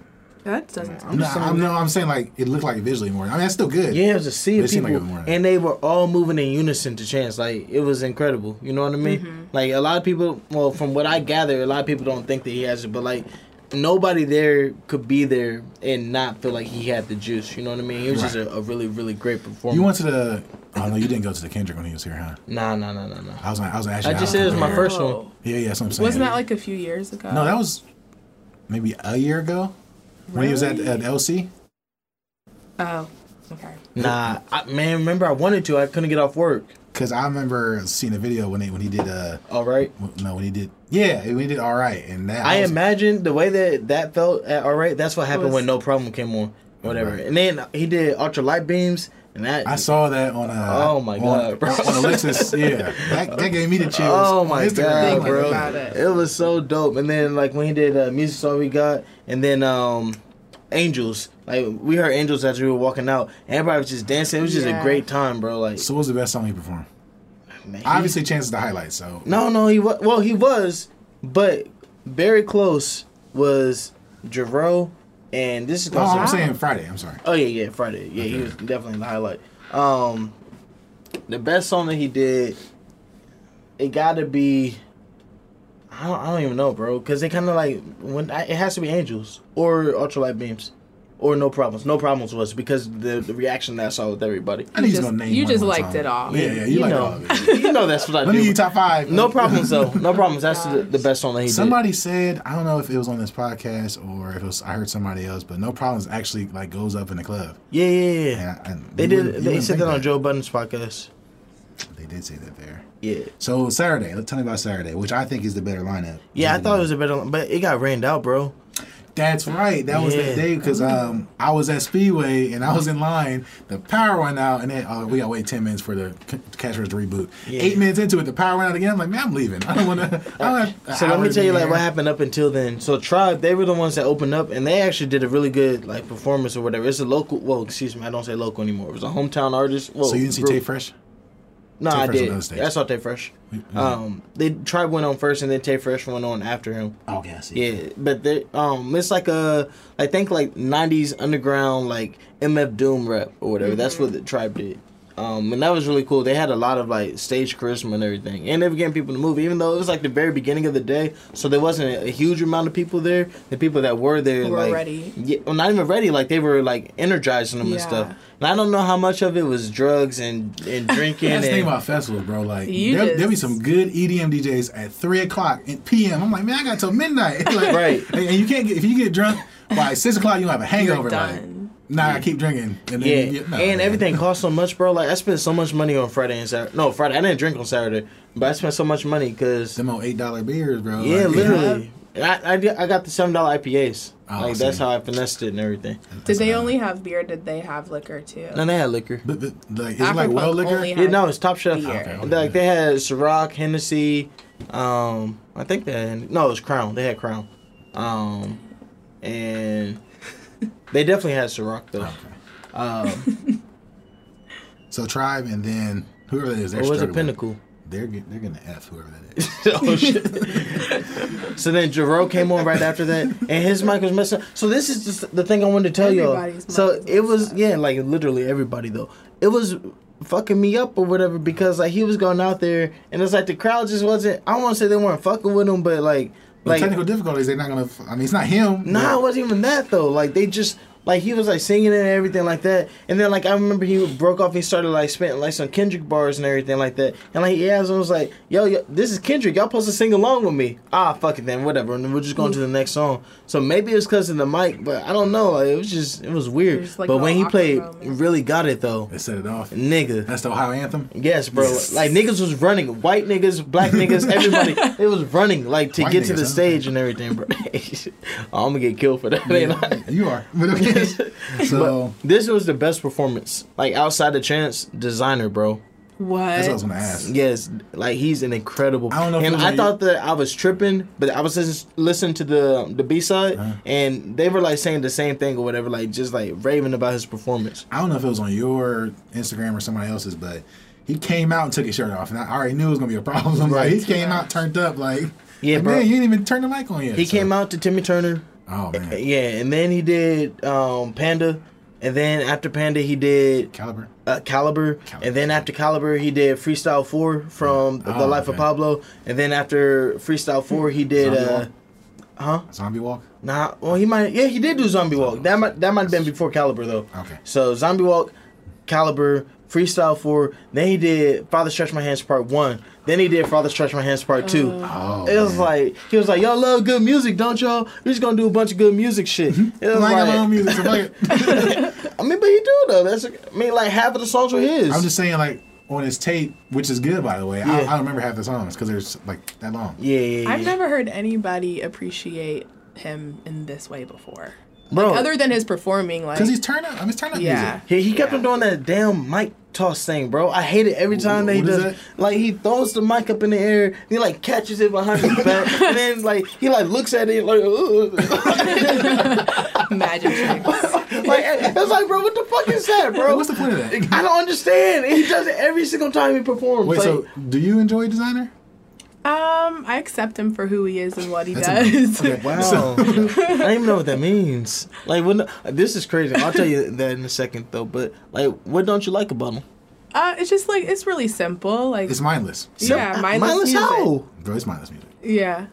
Speaker 3: That doesn't. sound
Speaker 2: No,
Speaker 1: just saying
Speaker 2: I'm, no, I'm saying like it looked like visually more. I mean, that's still good.
Speaker 1: Yeah, it was a sea of
Speaker 2: They seemed
Speaker 1: people,
Speaker 2: like it was more than
Speaker 1: and they were all moving in unison to Chance. Like it was incredible. You know what I mean? Like a lot of people. Well, from what I gather, a lot of people don't think that he has it, but like nobody there could be there and not feel like he had the juice. You know what I mean? It was just
Speaker 2: Right.
Speaker 1: a, a really, really great performance.
Speaker 2: You went to the. Oh no, you didn't go to the Kendrick when he was here, huh?
Speaker 1: nah, nah, nah, nah, nah.
Speaker 2: I was. I was
Speaker 1: I
Speaker 2: actually.
Speaker 1: just said it was my
Speaker 2: prepared.
Speaker 1: first one.
Speaker 2: Yeah, yeah, that's what I'm saying.
Speaker 3: Wasn't that like a few years ago?
Speaker 2: No, that was maybe a year ago when he was at,
Speaker 3: Really?
Speaker 2: at LC.
Speaker 3: Oh, okay.
Speaker 1: Nah, I, man. Remember, I wanted to. I couldn't get off work.
Speaker 2: because I remember seeing a video when they when he did uh
Speaker 1: All right.
Speaker 2: no when he did yeah when he did all right and that
Speaker 1: I
Speaker 2: was-
Speaker 1: imagine the way that that felt. At, all right, that's what happened
Speaker 3: was-
Speaker 1: when No Problem came on, whatever.
Speaker 2: Right.
Speaker 1: And then he did Ultra Light Beams, and that.
Speaker 2: I saw that on a
Speaker 1: Oh my God,
Speaker 2: on,
Speaker 1: bro.
Speaker 2: on Alexis yeah that, that gave me the chills
Speaker 1: Oh
Speaker 2: on
Speaker 1: my
Speaker 2: Instagram.
Speaker 1: god,
Speaker 2: I'm like,
Speaker 1: bro!
Speaker 3: about
Speaker 2: "Man,
Speaker 3: it.
Speaker 1: It. was so dope. And then like when he did uh, music, all we got, and then um, Angels. Like we heard Angels as we were walking out. Everybody was just dancing. It was just
Speaker 3: Yeah.
Speaker 1: a great time, bro. Like
Speaker 2: So what was the best song he performed?
Speaker 1: man, he-
Speaker 2: Obviously, Chance is the highlight. So
Speaker 1: No, no, he was. Well, he was, but very close was Javro, and this is
Speaker 2: No,
Speaker 1: gonna
Speaker 2: Oh, I'm
Speaker 1: sound-
Speaker 2: saying Friday. I'm sorry.
Speaker 1: Oh yeah, yeah, Friday. Yeah, he was definitely the highlight. Um, the best song that he did, it gotta be. I don't, I don't even know, bro, because they kind of like when I, it has to be Angels or Ultralight Beams, or No Problems. No Problems was because the, the reaction that I saw with everybody.
Speaker 2: I need you to
Speaker 3: just-
Speaker 2: go name
Speaker 3: you
Speaker 2: one
Speaker 3: just
Speaker 2: more
Speaker 3: liked
Speaker 2: time.
Speaker 3: it all.
Speaker 2: Yeah, yeah, you, like
Speaker 1: know,
Speaker 2: all of it.
Speaker 1: you know that's what I
Speaker 2: Let me
Speaker 1: do.
Speaker 2: give you top five.
Speaker 1: no problems though. No problems. That's the, the best song that he did.
Speaker 2: Somebody said I don't know if it was on this podcast or if it was I heard somebody else, but no problems actually like goes up in the club.
Speaker 1: Yeah, yeah, yeah.
Speaker 2: And I- and
Speaker 1: They
Speaker 2: you
Speaker 1: did.
Speaker 2: wouldn't- you
Speaker 1: They
Speaker 2: wouldn't
Speaker 1: said
Speaker 2: think
Speaker 1: that on Joe Budden's podcast.
Speaker 2: They did say that there.
Speaker 1: Yeah,
Speaker 2: So Saturday, let- tell me about Saturday, which I think is the better lineup.
Speaker 1: yeah. I thought it was a better, but it got rained out, bro.
Speaker 2: That's right. That was
Speaker 1: Yeah. Mm-hmm.
Speaker 2: that day because um, I was at Speedway and I was in line. The power went out, and then uh, we got to wait ten minutes for the c- cash register to reboot.
Speaker 1: Yeah.
Speaker 2: Eight minutes into it, the power went out again. I'm like, man, I'm leaving. I don't want to.
Speaker 1: So let me tell you like what happened up until then. So Tribe, they were the ones that opened up, and they actually did a really good like performance or whatever. It's a local. Well, excuse me, I don't say local anymore. It was a hometown artist. Well,
Speaker 2: So you didn't see
Speaker 1: group.
Speaker 2: Tay Fresh?
Speaker 1: No,
Speaker 2: Tay
Speaker 1: I
Speaker 2: Fresh on
Speaker 1: did.
Speaker 2: those days.
Speaker 1: I saw Tay Fresh. Um, they Tribe went on first, and then Tay Fresh went on after him.
Speaker 2: Oh, Okay, I see.
Speaker 1: Yeah, but they um, it's like a I think like '90s underground like MF Doom rap or whatever.
Speaker 3: Mm-hmm.
Speaker 1: That's what the Tribe did. Um, and that was really cool. They had a lot of like stage charisma and everything, and they were getting people to move. Even though it was like the very beginning of the day, so there wasn't a, a huge amount of people there. The people that were there,
Speaker 3: Were
Speaker 1: like,
Speaker 3: ready.
Speaker 1: yeah, well, not even ready. Like they were like energizing them and
Speaker 3: Yeah.
Speaker 1: stuff. And I don't know how much of it was drugs and and drinking.
Speaker 2: That's the thing
Speaker 1: and,
Speaker 2: about festivals, bro. Like
Speaker 3: You
Speaker 2: there,
Speaker 3: just-
Speaker 2: there be some good E EDM DJs at three o'clock in PM. I'm like, man, I got till midnight. Like,
Speaker 1: Right.
Speaker 2: And, and you can't get if you get drunk by six o'clock, you have a hangover. Like,
Speaker 3: done.
Speaker 2: nah, I keep drinking. And
Speaker 1: Yeah,
Speaker 2: you- no,
Speaker 1: and
Speaker 2: man.
Speaker 1: everything cost so much, bro. Like I spent so much money on Friday and Saturday. No, Friday I didn't drink on Saturday, but I spent so much money because
Speaker 2: Them old eight dollar beers, bro.
Speaker 1: yeah,
Speaker 2: Like,
Speaker 1: literally. And I, I, did- I got the seven dollar IPAs.
Speaker 2: Oh, I
Speaker 1: like
Speaker 2: see.
Speaker 1: that's how I finessed it and everything.
Speaker 3: Did they only have beer? Did they have liquor too?
Speaker 1: And they had liquor.
Speaker 2: But, but, like, is it
Speaker 3: Afro
Speaker 2: like well
Speaker 3: Punk
Speaker 2: liquor?
Speaker 3: only
Speaker 1: Yeah, no, it's Top Chef.
Speaker 3: Beer. Okay,
Speaker 2: okay.
Speaker 1: Like they had Ciroc, Hennessy. Um, I think they had, no, it was Crown. They had Crown. Um, and they definitely had Ciroc
Speaker 2: Oh,
Speaker 1: though. Um,
Speaker 2: So tribe and then whoever that is, they're
Speaker 1: it was a
Speaker 2: struggling.
Speaker 1: pinnacle.
Speaker 2: They're get- they're gonna f whoever that is.
Speaker 1: oh shit. so then Jerome came on right after that, and his mic was messed up. So this is just the thing I wanted to tell y'all.
Speaker 3: Everybody's mic
Speaker 1: So
Speaker 3: is
Speaker 1: it
Speaker 3: messed
Speaker 1: was
Speaker 3: up.
Speaker 1: yeah, like literally everybody though. It was fucking me up or whatever because like he was going out there, and it's like the crowd just wasn't. I don't want to say they weren't fucking with him, but like like
Speaker 2: Like, technical difficulties, they're not gonna. F- I mean, it's not him.
Speaker 1: Nah, it
Speaker 2: but-
Speaker 1: wasn't even that though. Like they just like he was like singing and everything like that. And then like I remember he broke off. He started like spitting like some Kendrick bars and everything like that. And like he asked him was like, "Yo, yo this is Kendrick. Y'all supposed to sing along with me?" Ah, fuck it then, whatever. And then we're just going to the next song. So maybe it was because of the mic, but I don't know. Like, it was just it was weird.
Speaker 3: There's, like,
Speaker 1: but
Speaker 3: no
Speaker 1: when he
Speaker 3: awkward
Speaker 1: played,
Speaker 3: moments.
Speaker 1: really got it though,
Speaker 2: they set it off.
Speaker 1: nigga.
Speaker 2: That's the Ohio anthem.
Speaker 1: Yes, bro. Like niggas was running, white niggas, black niggas, everybgas. It was running like to
Speaker 2: White
Speaker 1: get to
Speaker 2: niggas,
Speaker 1: the
Speaker 2: huh?
Speaker 1: stage and everything, bro. I'm gonna get killed for that. ain't I?
Speaker 2: you are. But okay. so
Speaker 1: This was the best performance, like outside the chance, designer, bro.
Speaker 3: What?
Speaker 2: that's what I was gonna ask.
Speaker 1: Yes, like he's an incredible.
Speaker 2: I don't know if
Speaker 1: and
Speaker 2: it was
Speaker 1: I
Speaker 2: on
Speaker 1: thought that I was tripping, but I was just listening to the the B side,
Speaker 2: Uh-huh.
Speaker 1: and they were like saying the same thing or whatever, like just like raving about his performance.
Speaker 2: I don't know if it was on your Instagram or somebody else's, but he came out and took his shirt off, and I already knew it was gonna be a problem. I'm Like he came out turned up, like
Speaker 1: Yeah,
Speaker 2: like,
Speaker 1: bro.
Speaker 2: man, you didn't even turn the mic on yet.
Speaker 1: He came out to Timmy Turner,
Speaker 2: Oh man,
Speaker 1: yeah, and then he did um, Panda, and then after Panda he did
Speaker 2: caliber.
Speaker 1: uh, Caliber, and then after Caliber he did Freestyle Four from The
Speaker 2: Oh,
Speaker 1: Life of
Speaker 2: okay.
Speaker 1: Pablo, and then after Freestyle Four he did.
Speaker 2: Zombie
Speaker 1: Uh,
Speaker 2: Walk? Zombie walk.
Speaker 1: Nah, well he might. Yeah, he did do Zombie Walk. That might that might have been before Caliber though.
Speaker 2: Okay.
Speaker 1: So Zombie Walk, Caliber, Freestyle Four. Then he did Father Stretch My Hands Part One. Then he did Father Stretch My Hands Part Two.
Speaker 2: Oh,
Speaker 1: it was like he was like, y'all love good music, don't y'all? We're just gonna do a bunch of good music shit. It was
Speaker 2: Mm-hmm. Like,
Speaker 1: like,
Speaker 2: my own music. so fuck it.
Speaker 1: I mean, but he do though. That's I mean, like half of the songs were his.
Speaker 2: I'm just saying, like, on his tape, which is good by the way. I, I
Speaker 1: Yeah.
Speaker 2: don't remember half the songs because they're like that long.
Speaker 1: Yeah, yeah, yeah.
Speaker 3: I've never heard anybody appreciate him in this way before.
Speaker 1: Bro,
Speaker 3: Other than his performing, like
Speaker 2: Because he's turn up. I mean, it's turn up
Speaker 3: yeah,
Speaker 1: he, he kept
Speaker 3: yeah.
Speaker 1: on doing that damn mic toss thing, bro. I hate it every time that he
Speaker 2: what is
Speaker 1: does.
Speaker 2: that?
Speaker 1: Like he throws the mic up in the air, and he like catches it behind his back, and then like he like looks at it like,
Speaker 3: magic tricks.
Speaker 1: like it's like, bro, what the fuck is that,
Speaker 2: music.
Speaker 1: bro?
Speaker 2: What's the point of that?
Speaker 1: I don't understand. And he does it every single time he performs.
Speaker 2: Wait,
Speaker 1: like,
Speaker 2: so do you enjoy designer?
Speaker 3: Um, I accept him for who he is and what he
Speaker 2: amazing.
Speaker 3: does.
Speaker 2: Okay.
Speaker 1: Wow. I don't even know what that means. Like, what, this is crazy. I'll tell you that in a second, though. But, like, what don't you like about him?
Speaker 3: Uh, it's just like it's really simple. Like
Speaker 2: It's mindless.
Speaker 3: yeah, mindless,
Speaker 1: Mindless
Speaker 3: music.
Speaker 1: how?
Speaker 2: Bro, it's mindless music.
Speaker 3: Yeah,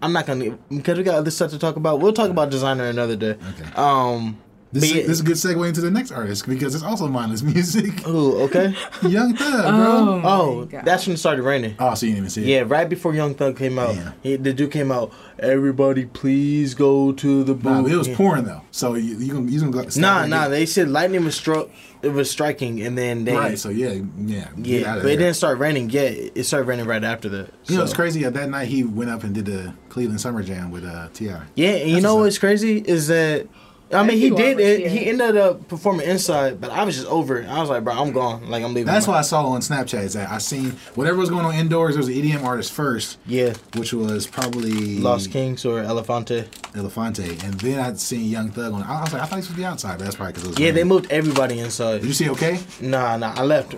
Speaker 1: I'm not gonna because we got other stuff to talk about. We'll talk about designer another day.
Speaker 2: Okay.
Speaker 1: Um.
Speaker 2: This,
Speaker 1: but
Speaker 2: is,
Speaker 1: yeah-
Speaker 2: this is a good segue into the next artist because it's also mindless music.
Speaker 1: Ooh, okay.
Speaker 2: Young Thug,
Speaker 3: Oh.
Speaker 2: bro.
Speaker 3: my
Speaker 1: Oh,
Speaker 3: God.
Speaker 1: that's when it started raining.
Speaker 2: Oh, so you didn't even see it.
Speaker 1: Yeah, right before Young Thug came out,
Speaker 2: Yeah.
Speaker 1: he, the dude came out. Everybody, please go to the booth.
Speaker 2: Nah, but it was
Speaker 1: Yeah.
Speaker 2: pouring though. So you you gonna you gonna go, stop
Speaker 1: Nah,
Speaker 2: right
Speaker 1: nah.
Speaker 2: here.
Speaker 1: They said lightning was struck. It was striking, and then they
Speaker 2: right. So yeah, yeah, get
Speaker 1: yeah,
Speaker 2: out
Speaker 1: but it
Speaker 2: of there.
Speaker 1: didn't start raining yet. It started raining right after that.
Speaker 2: You know,
Speaker 1: so.
Speaker 2: it's crazy. uh, That night he went up and did the Cleveland Summer Jam with uh, Ti.
Speaker 1: Yeah, and you
Speaker 2: That's
Speaker 1: know
Speaker 2: what's
Speaker 1: what's crazy is that I mean
Speaker 3: think
Speaker 1: he
Speaker 3: you
Speaker 1: did
Speaker 3: are
Speaker 1: it.
Speaker 3: right
Speaker 1: He
Speaker 3: here.
Speaker 1: ended up performing inside, but I was just over it. I was like, bro, I'm gone. Like I'm leaving.
Speaker 2: That's
Speaker 1: I'm
Speaker 2: what I saw on Snapchat. Is that I seen whatever was going on indoors. There was an EDM artist first,
Speaker 1: Yeah,
Speaker 2: which was probably
Speaker 1: Lost Kings or Elefante.
Speaker 2: Elefante, and then I seen Young Thug on. I was like, I thought this was the outside, but that's probably because it was.
Speaker 1: Yeah, they
Speaker 2: raining.
Speaker 1: moved everybody
Speaker 2: Did
Speaker 1: inside.
Speaker 2: you see? Okay.
Speaker 1: Nah, nah, I left.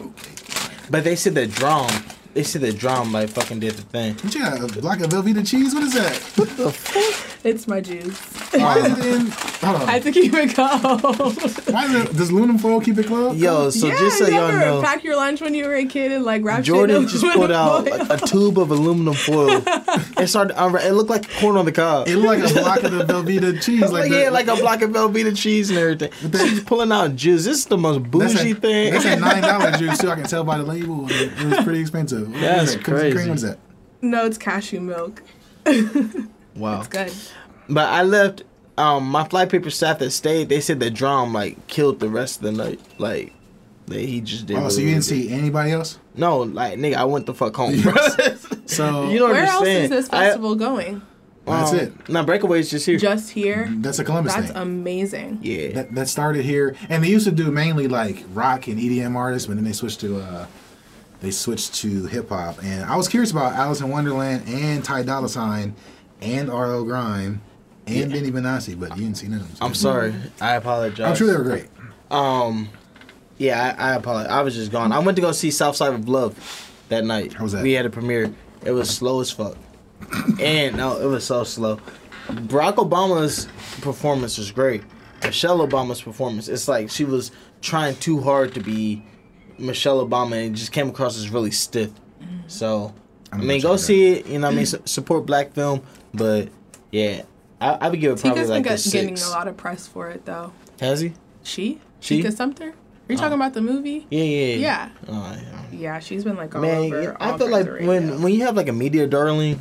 Speaker 1: But they said that drum. They said that drum like fucking did the thing.
Speaker 2: Did you got a block of Velveeta cheese? What is that?
Speaker 3: it's my juice.
Speaker 2: Why is it in? Um, Hold
Speaker 3: I
Speaker 2: on.
Speaker 3: have to keep it cold.
Speaker 2: Why is it? Does aluminum foil keep it closed?
Speaker 1: Yo, so
Speaker 3: yeah,
Speaker 1: just so
Speaker 3: you
Speaker 1: y'all
Speaker 3: ever
Speaker 1: know,
Speaker 3: pack your lunch when you were a kid and like wrap
Speaker 1: Jordan
Speaker 3: shit
Speaker 1: just pulled out like, a tube of aluminum foil. it started. unwra- It looked like corn on the cob.
Speaker 2: It looked like a block of the Velveeta cheese.
Speaker 1: Like,
Speaker 2: Like
Speaker 1: yeah,
Speaker 2: the-
Speaker 1: like a block of Velveeta cheese and everything. She's pulling out juice. This is the most
Speaker 2: That's
Speaker 1: bougie
Speaker 2: a,
Speaker 1: thing.
Speaker 2: That's a nine dollar juice too. I can tell by the label. It it was pretty expensive. What
Speaker 1: That's
Speaker 2: is that? Cookies and
Speaker 1: crazy.
Speaker 2: Cream, what is that?
Speaker 3: no, it's cashew milk.
Speaker 1: wow.
Speaker 3: It's good.
Speaker 1: But I left. Um, my flight paper staff that stayed, they said the drum like killed the rest of the night. Like, that he just did.
Speaker 2: Oh, so you didn't see anybody else?
Speaker 1: No, like nigga, I went the fuck home. Bro.
Speaker 2: So
Speaker 1: you don't
Speaker 3: Where else is
Speaker 1: understand.
Speaker 3: this
Speaker 1: I-
Speaker 3: festival going?
Speaker 2: that's
Speaker 1: um,
Speaker 2: it.
Speaker 1: Nah, breakaway's just here.
Speaker 3: Just here.
Speaker 2: That's a Columbus
Speaker 3: That's
Speaker 2: thing.
Speaker 3: amazing.
Speaker 1: yeah.
Speaker 2: that, that started here, and they used to do mainly like rock and EDM artists, but then they switched to uh, they switched to hip hop. And I was curious about Alice in Wonderland and Ty Dolla Sign and R.L. Grime and Benny Benassi, but you didn't see none of them.
Speaker 1: I'm sorry. I apologize.
Speaker 2: I'm sure they were great.
Speaker 1: Um, yeah, I, I apologize. I was just gone. I went to go see Southside of Love that night.
Speaker 2: How was that?
Speaker 1: We had a premiere. It was slow as fuck. and no, it was so slow. Barack Obama's performance was great. Michelle Obama's performance, it's like she was trying too hard to be Michelle Obama and it just came across as really stiff. So, I
Speaker 2: I'm
Speaker 1: mean, go
Speaker 2: gonna check it out.
Speaker 1: see it. You know what I mean? Su- support black film. But, yeah, I, I would give it probably
Speaker 3: Tika's been
Speaker 1: like a
Speaker 3: get, getting
Speaker 1: six.
Speaker 3: a lot of press for it though.
Speaker 1: Has he?
Speaker 3: She?
Speaker 1: She? Uh-huh.
Speaker 3: Tika Sumter? Are you talking about the movie?
Speaker 1: Yeah, yeah,
Speaker 3: Yeah.
Speaker 1: Oh, yeah.
Speaker 3: Yeah, she's been like all
Speaker 1: Man,
Speaker 3: over.
Speaker 1: yeah,
Speaker 3: all
Speaker 1: I feel
Speaker 3: over
Speaker 1: like
Speaker 3: the radio. Mm-hmm.
Speaker 1: when when you have like a media darling,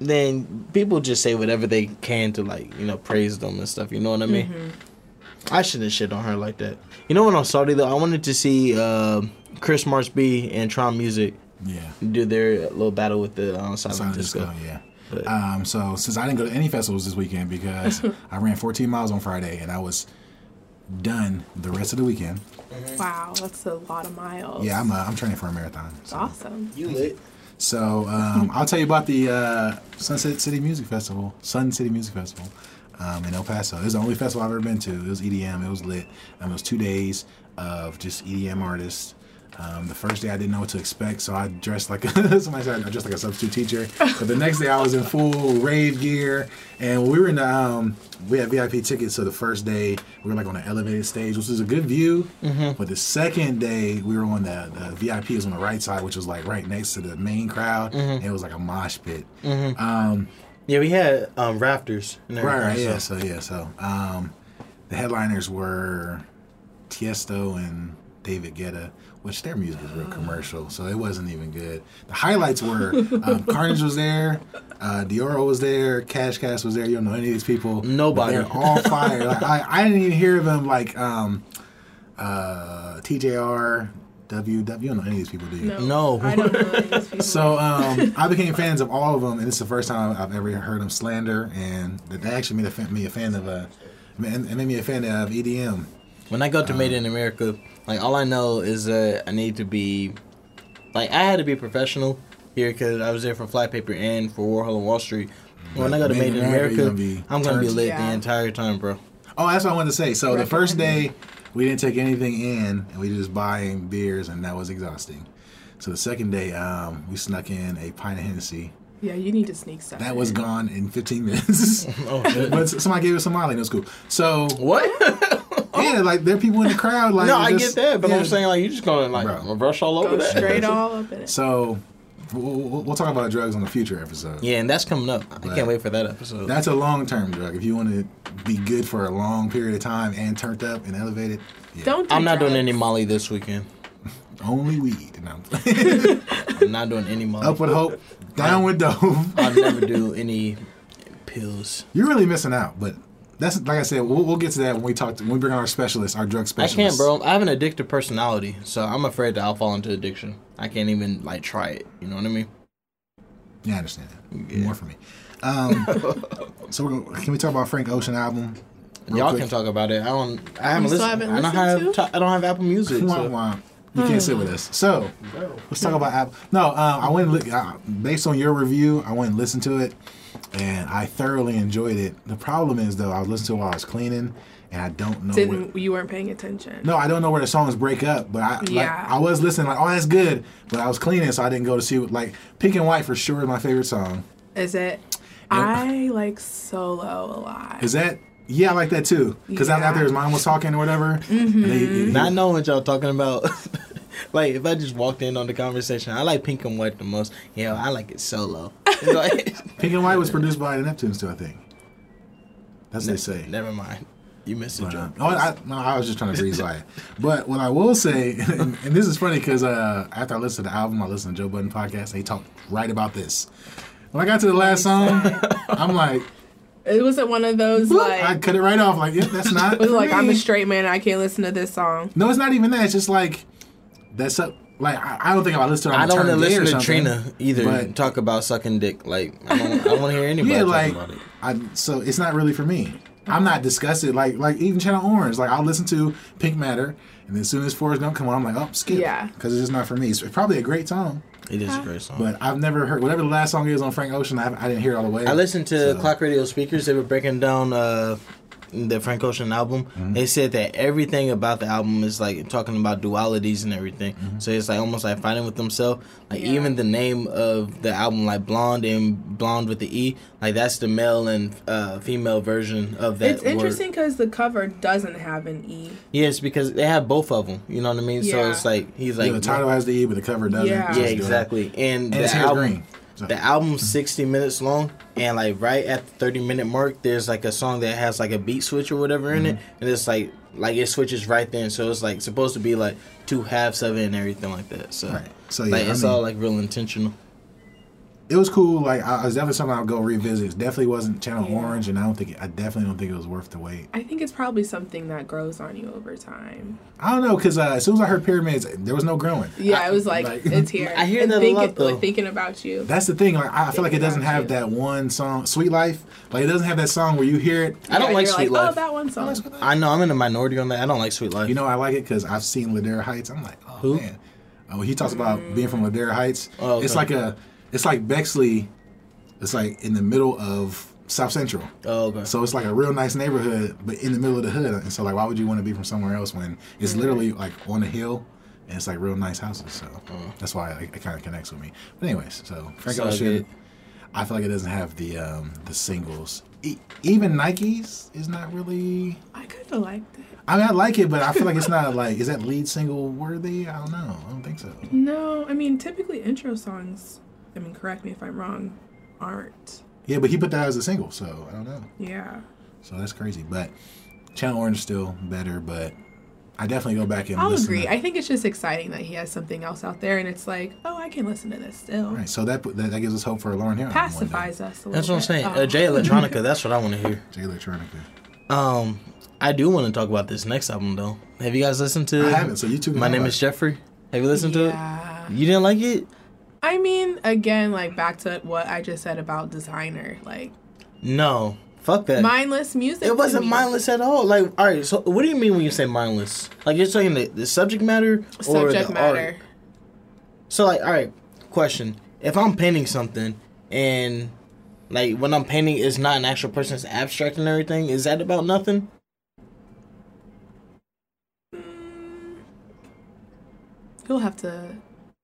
Speaker 1: then people just say whatever they can to like you know praise them and stuff. You know what I mean?
Speaker 3: Mm-hmm.
Speaker 1: I shouldn't shit on her like that. You know what I'm sorry though. I wanted to see uh, Chris Marsby and Tron Music
Speaker 2: Yeah.
Speaker 1: do their little battle with the um, Silent,
Speaker 2: Silent
Speaker 1: Disco.
Speaker 2: Disco, yeah.
Speaker 1: But-
Speaker 2: Um, so since I didn't go to any festivals this weekend because I ran 14 miles on Friday and I was done the rest of the weekend.
Speaker 3: Wow, that's a lot of miles.
Speaker 2: Yeah, I'm uh, I'm training for a marathon.
Speaker 3: It's
Speaker 2: So,
Speaker 3: awesome.
Speaker 1: You lit?
Speaker 2: so um, I'll tell you about the uh, Sunset City Music Festival, Sun City Music Festival. Um, in El Paso, it was the only festival I've ever been to. It was EDM. It was lit. Um, it was two days of just EDM artists. Um, the first day I didn't know what to expect, so I dressed like somebody said I dressed like a substitute teacher. But the next day I was in full rave gear, and we were in the um, we had VIP tickets. So the first day we were like on an elevated stage, which was a good view. But the second day we were on the, the VIP was on the right side, which was like right next to the main crowd. And it was like a mosh pit. Um,
Speaker 1: Yeah, we had um, rafters. And
Speaker 2: Right,
Speaker 1: everything,
Speaker 2: right,
Speaker 1: so-
Speaker 2: yeah. So yeah, so um, the headliners were Tiesto and David Guetta, which their music was real commercial, so it wasn't even good. The highlights were um, Carnage was there, uh, Dioro was there, Cash Cash was there. You don't know any of these people. but
Speaker 1: Nobody.
Speaker 2: They're all fire. like, I, I didn't even hear them like um, uh, TJR. WW. You don't know any of these people, do you?
Speaker 3: No.
Speaker 1: No.
Speaker 3: I don't know any of these people.
Speaker 2: So um, I became fans of all of them, and it's the first time I've ever heard them slander, and that that actually made a fan, me a fan of uh, man- it made me a fan of E EDM.
Speaker 1: When I go to
Speaker 2: Uh.
Speaker 1: Made in America, like all I know is that I need to be, like I had to be professional here because I was there for Flat Paper and for Warhol and Wall Street. When I go to Made in America,
Speaker 2: you're gonna be
Speaker 1: I'm gonna be
Speaker 2: turned-
Speaker 1: lit
Speaker 3: Yeah.
Speaker 1: the entire time, bro.
Speaker 2: Oh, that's what I wanted to say. So the first day,
Speaker 3: Recommended.
Speaker 2: we didn't take anything in, and we just buying beers, and that was exhausting. So the second day, um, we snuck in a pint of Hennessy.
Speaker 3: yeah, you need to sneak stuff.
Speaker 2: That
Speaker 3: in.
Speaker 2: was gone in 15 minutes.
Speaker 1: Oh shit!
Speaker 2: but somebody gave us Somali, and it was cool. So
Speaker 1: what?
Speaker 2: yeah, like there are people in the crowd. Like
Speaker 1: Oh. no, I
Speaker 2: it
Speaker 1: get
Speaker 2: just-
Speaker 1: that, but
Speaker 2: yeah.
Speaker 1: I'm saying like you just gonna like
Speaker 2: Bro.
Speaker 1: rush all over
Speaker 3: Go
Speaker 1: that.
Speaker 3: straight all up in it.
Speaker 2: So we'll, we'll we'll talk about drugs on a future episode.
Speaker 1: Yeah, and that's coming up. I
Speaker 2: Right.
Speaker 1: can't wait for that episode.
Speaker 2: That's a long term drug. If you want to be good for a long period of time and turned up and elevated, yeah.
Speaker 3: Don't. Do
Speaker 1: I'm not doing
Speaker 3: drugs.
Speaker 1: any Molly this weekend.
Speaker 2: only weed. No.
Speaker 1: I'm not doing any Molly.
Speaker 2: Up with hope, down with dope.
Speaker 1: I'll never do any pills.
Speaker 2: You're really missing out, but. That's like I said. We'll, we'll get to that when we talk. To, when we bring on our specialists, our drug
Speaker 1: I
Speaker 2: specialists.
Speaker 1: can't, bro. I have an addictive personality, so I'm afraid that I'll fall into addiction. I can't even like try it. You know what I mean?
Speaker 2: Yeah, I understand that. More for me. Um, so we're gonna, can we talk about Frank Ocean album? real
Speaker 1: Y'all
Speaker 2: quick?
Speaker 1: can talk about it. I don't. I haven't
Speaker 3: You still
Speaker 1: listened.
Speaker 3: haven't
Speaker 1: I don't
Speaker 3: listened
Speaker 1: have. I I don't have Apple Music.
Speaker 2: Wah,
Speaker 1: So.
Speaker 2: wah. You can't sit with us. So let's talk about Apple. No, um, I went and look, uh, based on your review, I went and listened to it, and I thoroughly enjoyed it. The problem is though, I was listening to it while I was cleaning, and I don't know. Where,
Speaker 3: Didn't you weren't paying attention?
Speaker 2: no, I don't know where the songs break up, but I
Speaker 3: Yeah.
Speaker 2: like I was listening like, oh, that's good, but I was cleaning, so I didn't go to see what, like Pink and White for sure is my favorite song.
Speaker 3: Is it? I like solo a lot.
Speaker 2: Is that? Yeah, I like that too. Because out
Speaker 3: Yeah. Mm-hmm.
Speaker 2: there, his mom was talking or whatever. and they-
Speaker 1: Not knowing what y'all talking about. like if I just walked in on the conversation, I like Pink and White the most. Yeah, I like it solo. It's like-
Speaker 2: Pink and White was produced by the Neptunes too, I think. That's what they say.
Speaker 1: Never mind. You missed the
Speaker 2: But, uh,
Speaker 1: joke.
Speaker 2: no, I, no, I was just trying to breeze by it. But what I will say, and, this is funny because uh, after I listened to the album, I listened to Joe Budden podcast, and he talked right about this. When I got to the last song, I'm like,
Speaker 3: It wasn't one of those
Speaker 2: "Look,"
Speaker 3: like.
Speaker 2: I cut it right off. Like, yeah, that's not.
Speaker 3: it was
Speaker 2: for
Speaker 3: like I'm
Speaker 2: me."
Speaker 3: a straight man. I can't listen to this song.
Speaker 2: no, it's not even that. It's just like that's up. Like I, I don't think I listen to.
Speaker 1: I don't
Speaker 2: want to
Speaker 1: listen to Trina either
Speaker 2: but-
Speaker 1: talk about sucking dick. Like I don't, I want to hear anybody
Speaker 2: Yeah,
Speaker 1: talk
Speaker 2: like
Speaker 1: about it.
Speaker 2: I so it's not really for me. I'm not disgusted. Like like even Channel Orange. Like I'll listen to Pink Matter, and as soon as Forrest Gump come on, I'm like, oh, skip.
Speaker 3: Yeah.
Speaker 2: Because it's just not for me. It's probably a great song,
Speaker 1: It is a great song.
Speaker 2: but I've never heard whatever the last song is on Frank Ocean. I, haven't- I didn't hear it all the way.
Speaker 1: I listened to
Speaker 2: So-
Speaker 1: Clock Radio Speakers. They were breaking down uh, the Frank Ocean album.
Speaker 2: Mm-hmm.
Speaker 1: They said that everything about the album is like talking about dualities and everything.
Speaker 2: Mm-hmm.
Speaker 1: So it's like almost like fighting with themselves. Like
Speaker 3: Yeah.
Speaker 1: even the name of the album, like Blonde and Blonde with the E, like that's the male and uh, female version of that.
Speaker 3: it's
Speaker 1: word.
Speaker 3: interesting because the cover doesn't have an E.
Speaker 1: Yes, because they have both of them. You know what I mean? So
Speaker 3: Yeah.
Speaker 1: it's like he's
Speaker 2: Yeah,
Speaker 1: like
Speaker 2: the title has the E, but the cover doesn't.
Speaker 1: Yeah,
Speaker 2: It's
Speaker 3: Yeah.
Speaker 2: just doing it.
Speaker 1: exactly. And,
Speaker 2: And it's
Speaker 1: the
Speaker 2: hair
Speaker 1: album,
Speaker 2: green. So-
Speaker 1: the album's 60 minutes long and like right at the 30 minute mark there's like a song that has like a beat switch or whatever in it
Speaker 2: Mm-hmm.
Speaker 1: and it's like like it switches right then so it's like supposed to be like two halves of it and everything like that so
Speaker 2: Right. So,
Speaker 1: like
Speaker 2: yeah, I
Speaker 1: it's
Speaker 2: mean-
Speaker 1: all like real intentional
Speaker 2: It was cool. Like I, it's definitely something I'll go revisit. It definitely wasn't Channel
Speaker 3: Yeah.
Speaker 2: Orange, and I don't think it, I definitely don't think it was worth the wait.
Speaker 3: I think it's probably something that grows on you over time.
Speaker 2: I don't know because uh, as soon as I heard Pyramids, there was no growing.
Speaker 3: Yeah,
Speaker 2: I-
Speaker 3: it was like, it's here.
Speaker 1: I hear
Speaker 3: And
Speaker 1: that a
Speaker 3: think
Speaker 1: lot,
Speaker 3: it-
Speaker 1: though.
Speaker 3: Thinking about you.
Speaker 2: That's the thing. Like I I feel like it doesn't have
Speaker 3: Thinking
Speaker 2: that one song, "Sweet Life." Like it doesn't have that song where you hear it.
Speaker 1: i don't
Speaker 3: Yeah,
Speaker 1: like
Speaker 3: you're
Speaker 1: sweet
Speaker 3: Oh,
Speaker 1: life
Speaker 3: that one song.
Speaker 1: i know i'm in a minority on that i don't like sweet life
Speaker 2: You know, I like it because I've seen Ladera Heights. I'm like, oh
Speaker 1: Who?
Speaker 2: man. Oh, he talks about being from Ladera Heights.
Speaker 1: Oh, okay.
Speaker 2: It's like a, it's like Bexley. It's like in the middle of South Central.
Speaker 1: oh okay.
Speaker 2: So it's like a real nice neighborhood, but in the middle of the hood. And so like, why would you want to be from somewhere else when it's literally like on a hill? And it's like real nice houses, so
Speaker 3: Uh-huh.
Speaker 2: that's why like, it kind of connects with me. But anyways, so Frank
Speaker 1: So
Speaker 2: Ocean,
Speaker 1: good.
Speaker 2: I feel like it doesn't have the um, the singles. E- even Nikes is not really.
Speaker 3: I kind of liked it.
Speaker 2: I mean, I like it, but I feel like it's not like is that lead single worthy? I don't know. I don't think so.
Speaker 3: No, I mean, typically intro songs, I mean, correct me if I'm wrong, aren't.
Speaker 2: Yeah, but he put that as a single, so I don't know.
Speaker 3: Yeah.
Speaker 2: So that's crazy. But Channel Orange is still better, but I definitely go back and
Speaker 3: I'll
Speaker 2: listen.
Speaker 3: agree.
Speaker 2: to-
Speaker 3: I think it's just exciting that he has something else out there, and it's like, oh, I can listen to this still.
Speaker 2: Right, so that, that that gives us hope for a Lauren Hill. album one day.
Speaker 3: Pacifies us a little
Speaker 1: that's what i'm
Speaker 3: bit.
Speaker 1: saying
Speaker 3: Oh.
Speaker 1: uh, j electronica that's what i want to hear
Speaker 2: Jay Electronica.
Speaker 1: um i do want to talk about this next album though have you guys listened to
Speaker 2: I haven't, so you two. can
Speaker 1: my
Speaker 2: talk
Speaker 1: name
Speaker 2: about
Speaker 1: is
Speaker 2: it.
Speaker 1: jeffrey Have you listened
Speaker 3: yeah.
Speaker 1: to it? You didn't like it?
Speaker 3: I mean, again, like back to what I just said about designer, like
Speaker 1: No. Fuck that.
Speaker 3: mindless music. to
Speaker 1: it wasn't
Speaker 3: me.
Speaker 1: mindless at all. Like, all right. So, what do you mean when you say mindless? Like, you're saying the, the subject matter or
Speaker 3: subject
Speaker 1: the
Speaker 3: matter.
Speaker 1: art? So like, all right, question: If I'm painting something and like when I'm painting, it's not an actual person; it's abstract and everything. Is that about nothing?
Speaker 3: You'll have to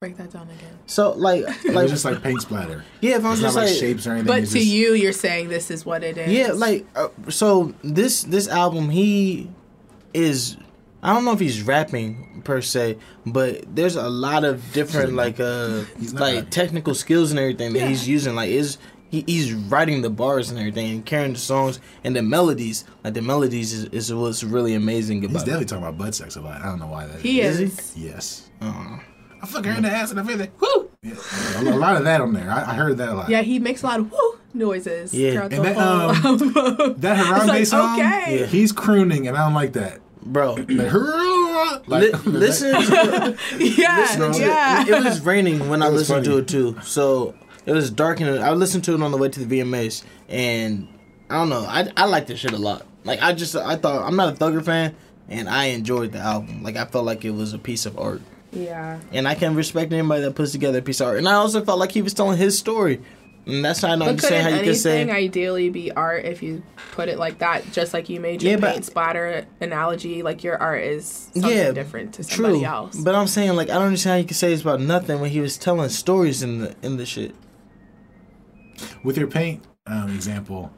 Speaker 3: break that down again.
Speaker 1: So like,
Speaker 2: It
Speaker 1: like
Speaker 2: was just like paint splatter.
Speaker 1: yeah, if I'm
Speaker 2: It's
Speaker 1: just
Speaker 2: not like,
Speaker 1: like,
Speaker 2: shapes or anything.
Speaker 3: But
Speaker 2: it's
Speaker 3: to
Speaker 2: just-
Speaker 3: you, you're saying this is what it is.
Speaker 1: yeah, like uh, so this this album he is. I don't know if he's rapping per se, but there's a lot of different like uh
Speaker 2: He's not
Speaker 1: like
Speaker 2: rapping.
Speaker 1: technical skills and everything that
Speaker 3: Yeah.
Speaker 1: he's using. Like is he, he's writing the bars and everything and carrying the songs and the melodies. Like the melodies is, is what's really amazing
Speaker 2: He's
Speaker 1: about. it.
Speaker 2: definitely talking about butt sex a lot. I don't know why that is.
Speaker 3: he
Speaker 1: Is
Speaker 3: is.
Speaker 1: he?
Speaker 2: Yes.
Speaker 1: Uh,
Speaker 2: I fuck her in the ass and everything.
Speaker 3: Woo!
Speaker 2: Yeah, a lo- a lot of that on there. I, I heard that a lot.
Speaker 3: Yeah, he makes a lot of woo noises
Speaker 1: Yeah. um,
Speaker 2: And
Speaker 3: throughout the
Speaker 2: that,
Speaker 3: whole album.
Speaker 2: That Harambe
Speaker 3: It's like,
Speaker 2: song.
Speaker 3: okay.
Speaker 1: Yeah.
Speaker 2: He's crooning, and I don't like that.
Speaker 1: bro,
Speaker 2: Like, "Hurrah!"
Speaker 1: li-
Speaker 2: like
Speaker 1: listen. to it.
Speaker 3: Yeah,
Speaker 1: Listen to it.
Speaker 3: yeah.
Speaker 1: It, was raining when I
Speaker 2: was
Speaker 1: listened to
Speaker 2: funny.
Speaker 1: it too, so it was dark and I listened to it on the way to the VMAs, and I don't know. I I like this shit a lot. Like I just I thought I'm not a Thugger fan, and I enjoyed the album. Like I felt like it was a piece of art,
Speaker 3: yeah.
Speaker 1: and I can respect anybody that puts together a piece of art. And I also felt like he was telling his story, and that's how I don't
Speaker 3: But
Speaker 1: understand
Speaker 3: couldn't
Speaker 1: how you
Speaker 3: anything
Speaker 1: could say.
Speaker 3: ideally be art if you put it like that? Just like you made your
Speaker 1: Yeah, but-
Speaker 3: paint splatter analogy, like your art is something
Speaker 1: Yeah,
Speaker 3: different to somebody
Speaker 1: True,
Speaker 3: else.
Speaker 1: but I'm saying like I don't understand how you could say it's about nothing when he was telling stories in the in the shit.
Speaker 2: with your paint um, example,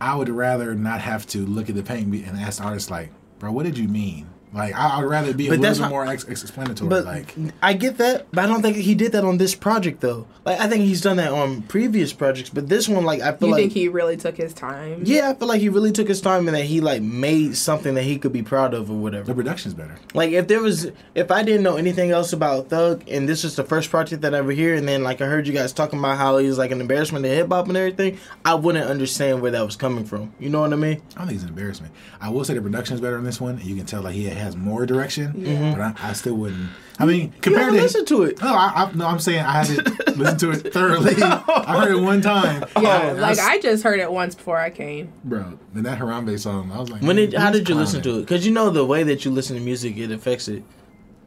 Speaker 2: I would rather not have to look at the paint and be- and ask the artist like, "Bro, what did you mean?" Like, I, I'd rather be a
Speaker 1: But
Speaker 2: little
Speaker 1: that's
Speaker 2: bit
Speaker 1: how-
Speaker 2: more ex- explanatory.
Speaker 1: But
Speaker 2: like,
Speaker 1: I get that, but I don't think he did that on this project though. Like I think he's done that on previous projects, but this one, like I feel
Speaker 3: you
Speaker 1: like
Speaker 3: think he really took his time?
Speaker 1: yeah, I feel like he really took his time and that he like made something that he could be proud of or
Speaker 2: the
Speaker 1: whatever.
Speaker 2: production's better.
Speaker 1: Like if there was, if I didn't know anything else about Thug and this was the first project that I ever hear, and then like I heard you guys talking about how he's like an embarrassment to hip hop and everything, I wouldn't understand where that was coming from. You know what I mean?
Speaker 2: I don't think it's an embarrassment. I will say the production's better on this one. You can tell like he has more direction, but I, I still wouldn't. I mean,
Speaker 1: You
Speaker 2: compared
Speaker 1: haven't
Speaker 2: to
Speaker 1: listened to it.
Speaker 2: No, I, I, no, I'm saying I haven't listened to it thoroughly. I heard it one time.
Speaker 3: Yeah,
Speaker 1: Oh,
Speaker 3: like I just heard it once before I came.
Speaker 2: bro. Then that Harambe song, I was like,
Speaker 1: When did? How
Speaker 2: who's
Speaker 1: did you listen
Speaker 2: clowning?
Speaker 1: to it? Because you know the way that you listen to music, it affects it.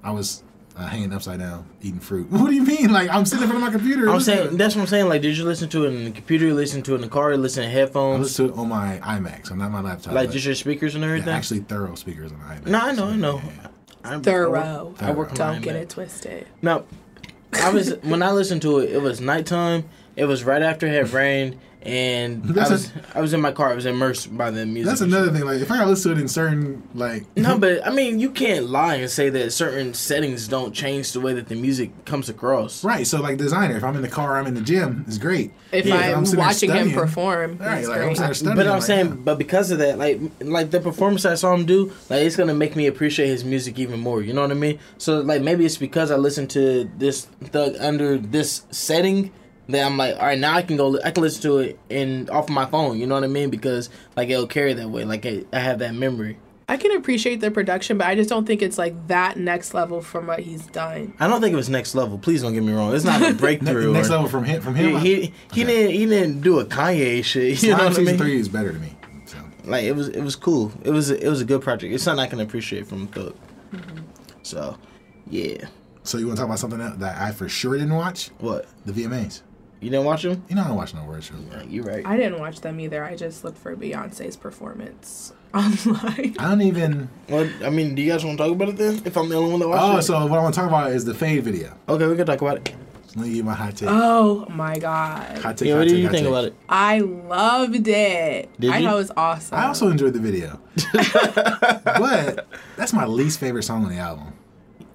Speaker 2: I was uh, hanging upside down, eating fruit. What do you mean? Like I'm sitting in front of my computer.
Speaker 1: I'm
Speaker 2: listening to
Speaker 1: saying
Speaker 2: it.
Speaker 1: that's what I'm saying. Like, did you listen to it in the computer? You listen to it in the car? You listen to
Speaker 2: I
Speaker 1: headphones?
Speaker 2: listen to it on my iMac, so not my laptop.
Speaker 1: Like,
Speaker 2: but
Speaker 1: just your speakers and
Speaker 2: yeah,
Speaker 1: everything?
Speaker 2: actually thorough speakers on the iMac.
Speaker 1: no, I know,
Speaker 2: so,
Speaker 1: I know.
Speaker 2: yeah.
Speaker 1: I-
Speaker 3: Thorough.
Speaker 1: I work on
Speaker 3: Don't
Speaker 1: my
Speaker 3: get
Speaker 1: iMac.
Speaker 3: it twisted.
Speaker 1: No, I was when I listened to it. It was nighttime. It was right after it had rained, and I
Speaker 2: That's a-
Speaker 1: was I was in my car. I was immersed by the music.
Speaker 2: That's
Speaker 1: and shit.
Speaker 2: another thing. Like if I gotta listen to it in certain like
Speaker 1: No, but I mean, you can't lie and say that certain settings don't change the way that the music comes across.
Speaker 2: right. So like designer, if I'm in the car, I'm in the gym. It's great.
Speaker 3: If
Speaker 2: Yeah, I'm
Speaker 3: I'm,
Speaker 2: sitting there
Speaker 3: watching him
Speaker 2: studying.
Speaker 3: perform,
Speaker 2: All right,
Speaker 3: he's
Speaker 2: like I'm
Speaker 3: great.
Speaker 2: sitting there studying.
Speaker 1: But I'm
Speaker 2: right
Speaker 1: saying,
Speaker 2: now.
Speaker 1: but because of that, like, like the performance I saw him do, like, it's gonna make me appreciate his music even more. You know what I mean? So, like, maybe it's because I listened to this Thug under this setting that I'm like, all right, now I can go, I can listen to it in off my phone. You know what I mean? Because like it'll carry that way. Like I, I have that memory.
Speaker 3: I can appreciate the production, but I just don't think it's like that next level from what he's done.
Speaker 1: I don't think it was next level. Please don't get me wrong. It's not a
Speaker 2: Ne-
Speaker 1: breakthrough.
Speaker 2: next
Speaker 1: or-
Speaker 2: level from him. From
Speaker 1: He
Speaker 2: him,
Speaker 1: he, he didn't he didn't do a Kanye shit. You know
Speaker 2: I, Slime
Speaker 1: what I
Speaker 2: season
Speaker 1: mean?
Speaker 2: three is better to me. So.
Speaker 1: like it was it was cool. It was a, it was a good project. It's something I can appreciate from Thug.
Speaker 3: Mm-hmm.
Speaker 1: So, yeah.
Speaker 2: So you want to talk about something that, that I for sure didn't watch?
Speaker 1: What
Speaker 2: The VMAs.
Speaker 1: you didn't watch him?
Speaker 2: You know I don't watch no word shows. bro.
Speaker 1: You right?
Speaker 3: I didn't watch them either. I just looked for Beyonce's performance online.
Speaker 2: I don't even.
Speaker 1: Well, I mean, do you guys want to talk about it then? If I'm the only one that watched
Speaker 2: Oh,
Speaker 1: it.
Speaker 2: so what I want to talk about is the fade video.
Speaker 1: okay, we can talk about it.
Speaker 2: Let me give you my hot take.
Speaker 3: Oh my god.
Speaker 2: hot take.
Speaker 1: Yeah,
Speaker 2: hot
Speaker 1: what do
Speaker 2: take,
Speaker 1: you
Speaker 2: hot
Speaker 1: think
Speaker 2: take.
Speaker 1: about it?
Speaker 3: I loved it.
Speaker 1: Did
Speaker 3: I
Speaker 1: you?
Speaker 3: thought it was awesome.
Speaker 2: I also enjoyed the video, but that's my least favorite song on the album.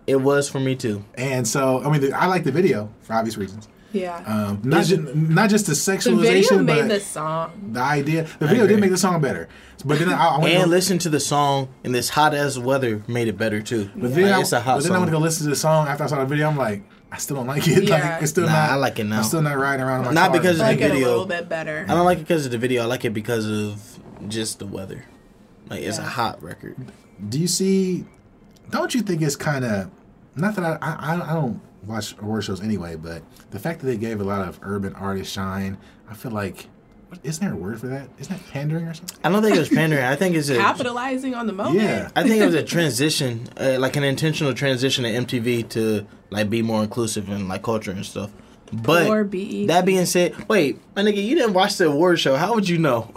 Speaker 1: It was for me too.
Speaker 2: And so, I mean, the, I like the video for obvious reasons.
Speaker 3: yeah.
Speaker 2: Um, not just not just the
Speaker 3: the video
Speaker 2: sexualization,
Speaker 3: made
Speaker 2: but
Speaker 3: the song.
Speaker 2: the idea. The video
Speaker 1: agree.
Speaker 2: did make the song better. But then I, I went. to
Speaker 1: And
Speaker 2: go-
Speaker 1: listen to the song in this hot ass weather made it better too.
Speaker 2: but then, I,
Speaker 1: Like, it's a hot
Speaker 2: but then I
Speaker 1: song.
Speaker 2: went to go listen to the song after I saw the video. I'm like, I still don't like it.
Speaker 3: Yeah.
Speaker 2: Like, it's still
Speaker 1: Nah,
Speaker 2: not.
Speaker 1: I like it now.
Speaker 2: I'm still not riding around. In my
Speaker 1: Not
Speaker 2: car.
Speaker 1: because
Speaker 3: I
Speaker 1: it's
Speaker 3: like it a
Speaker 1: video.
Speaker 3: little bit better.
Speaker 1: I don't like it because of the video. I like it because of just the weather. Like it's a
Speaker 3: Yeah.
Speaker 1: hot record.
Speaker 2: Do you see? Don't you think it's kind of not that I, I I- I don't watch award shows anyway, but the fact that they gave a lot of urban artists shine, I feel like what- isn't there a word for that? Isn't that pandering or something?
Speaker 1: I don't think it was pandering. I think it's a
Speaker 3: Capitalizing on the moment.
Speaker 2: Yeah.
Speaker 1: I think it was a transition, uh, like an intentional transition at MTV to like be more inclusive in like culture and stuff. But
Speaker 3: Or BET.
Speaker 1: that being said, wait, my nigga, you didn't watch the award show. How would you know?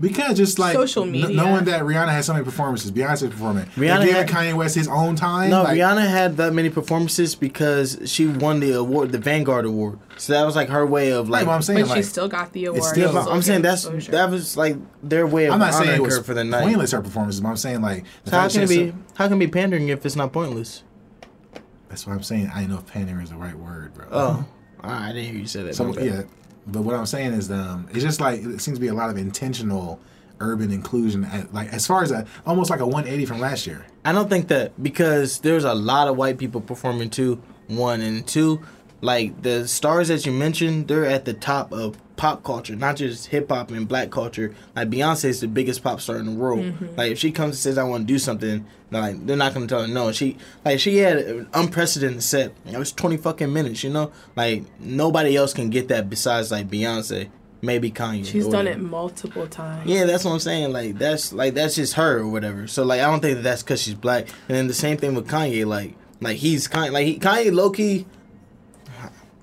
Speaker 2: Because just like
Speaker 3: Social
Speaker 2: kn-
Speaker 3: media.
Speaker 2: knowing that Rihanna had so many performances, Beyonce performing,
Speaker 1: Rihanna
Speaker 2: Rihanna giving
Speaker 1: had-
Speaker 2: Kanye West his own time.
Speaker 1: No,
Speaker 2: like,
Speaker 1: Rihanna had that many performances because she won the award, the Vanguard Award. So that was like her way of like.
Speaker 2: That's what I'm saying.
Speaker 3: But
Speaker 2: Like,
Speaker 3: she still got the award.
Speaker 2: it's
Speaker 1: Yeah,
Speaker 2: still-
Speaker 1: but
Speaker 3: Still
Speaker 1: I'm
Speaker 3: got
Speaker 1: saying that's
Speaker 3: exposure.
Speaker 1: that was like their way of
Speaker 2: I'm not saying
Speaker 1: honoring
Speaker 2: it was
Speaker 1: her for the night.
Speaker 2: pointless her performances, but I'm saying like the
Speaker 1: So how
Speaker 2: fact
Speaker 1: can it
Speaker 2: she-
Speaker 1: be how can it be pandering if it's not pointless?
Speaker 2: That's what I'm saying. I know if pandering is the right word, bro.
Speaker 1: Oh, I didn't hear you say that.
Speaker 2: So
Speaker 1: my bad.
Speaker 2: yeah, but what I'm saying is, um, it's just like it seems to be a lot of intentional urban inclusion, at, like as far as a almost like a 180 from last year.
Speaker 1: I don't think that because there's a lot of white people performing too. One and two, like the stars that you mentioned, they're at the top of pop culture, not just hip hop and black culture. Like Beyonce is the biggest pop star in the world.
Speaker 3: Mm-hmm.
Speaker 1: Like if she comes and says I want to do something, like they're not gonna tell her no. She like she had an unprecedented set. It was 20 fucking minutes, you know. Like nobody else can get that besides like Beyonce, maybe Kanye.
Speaker 3: She's
Speaker 1: or
Speaker 3: done
Speaker 1: whatever.
Speaker 3: it multiple times.
Speaker 1: Yeah, that's what I'm saying. Like that's like that's just her or whatever. So like I don't think that that's because she's black. And then the same thing with Kanye. Like like he's kind like he, Kanye Loki.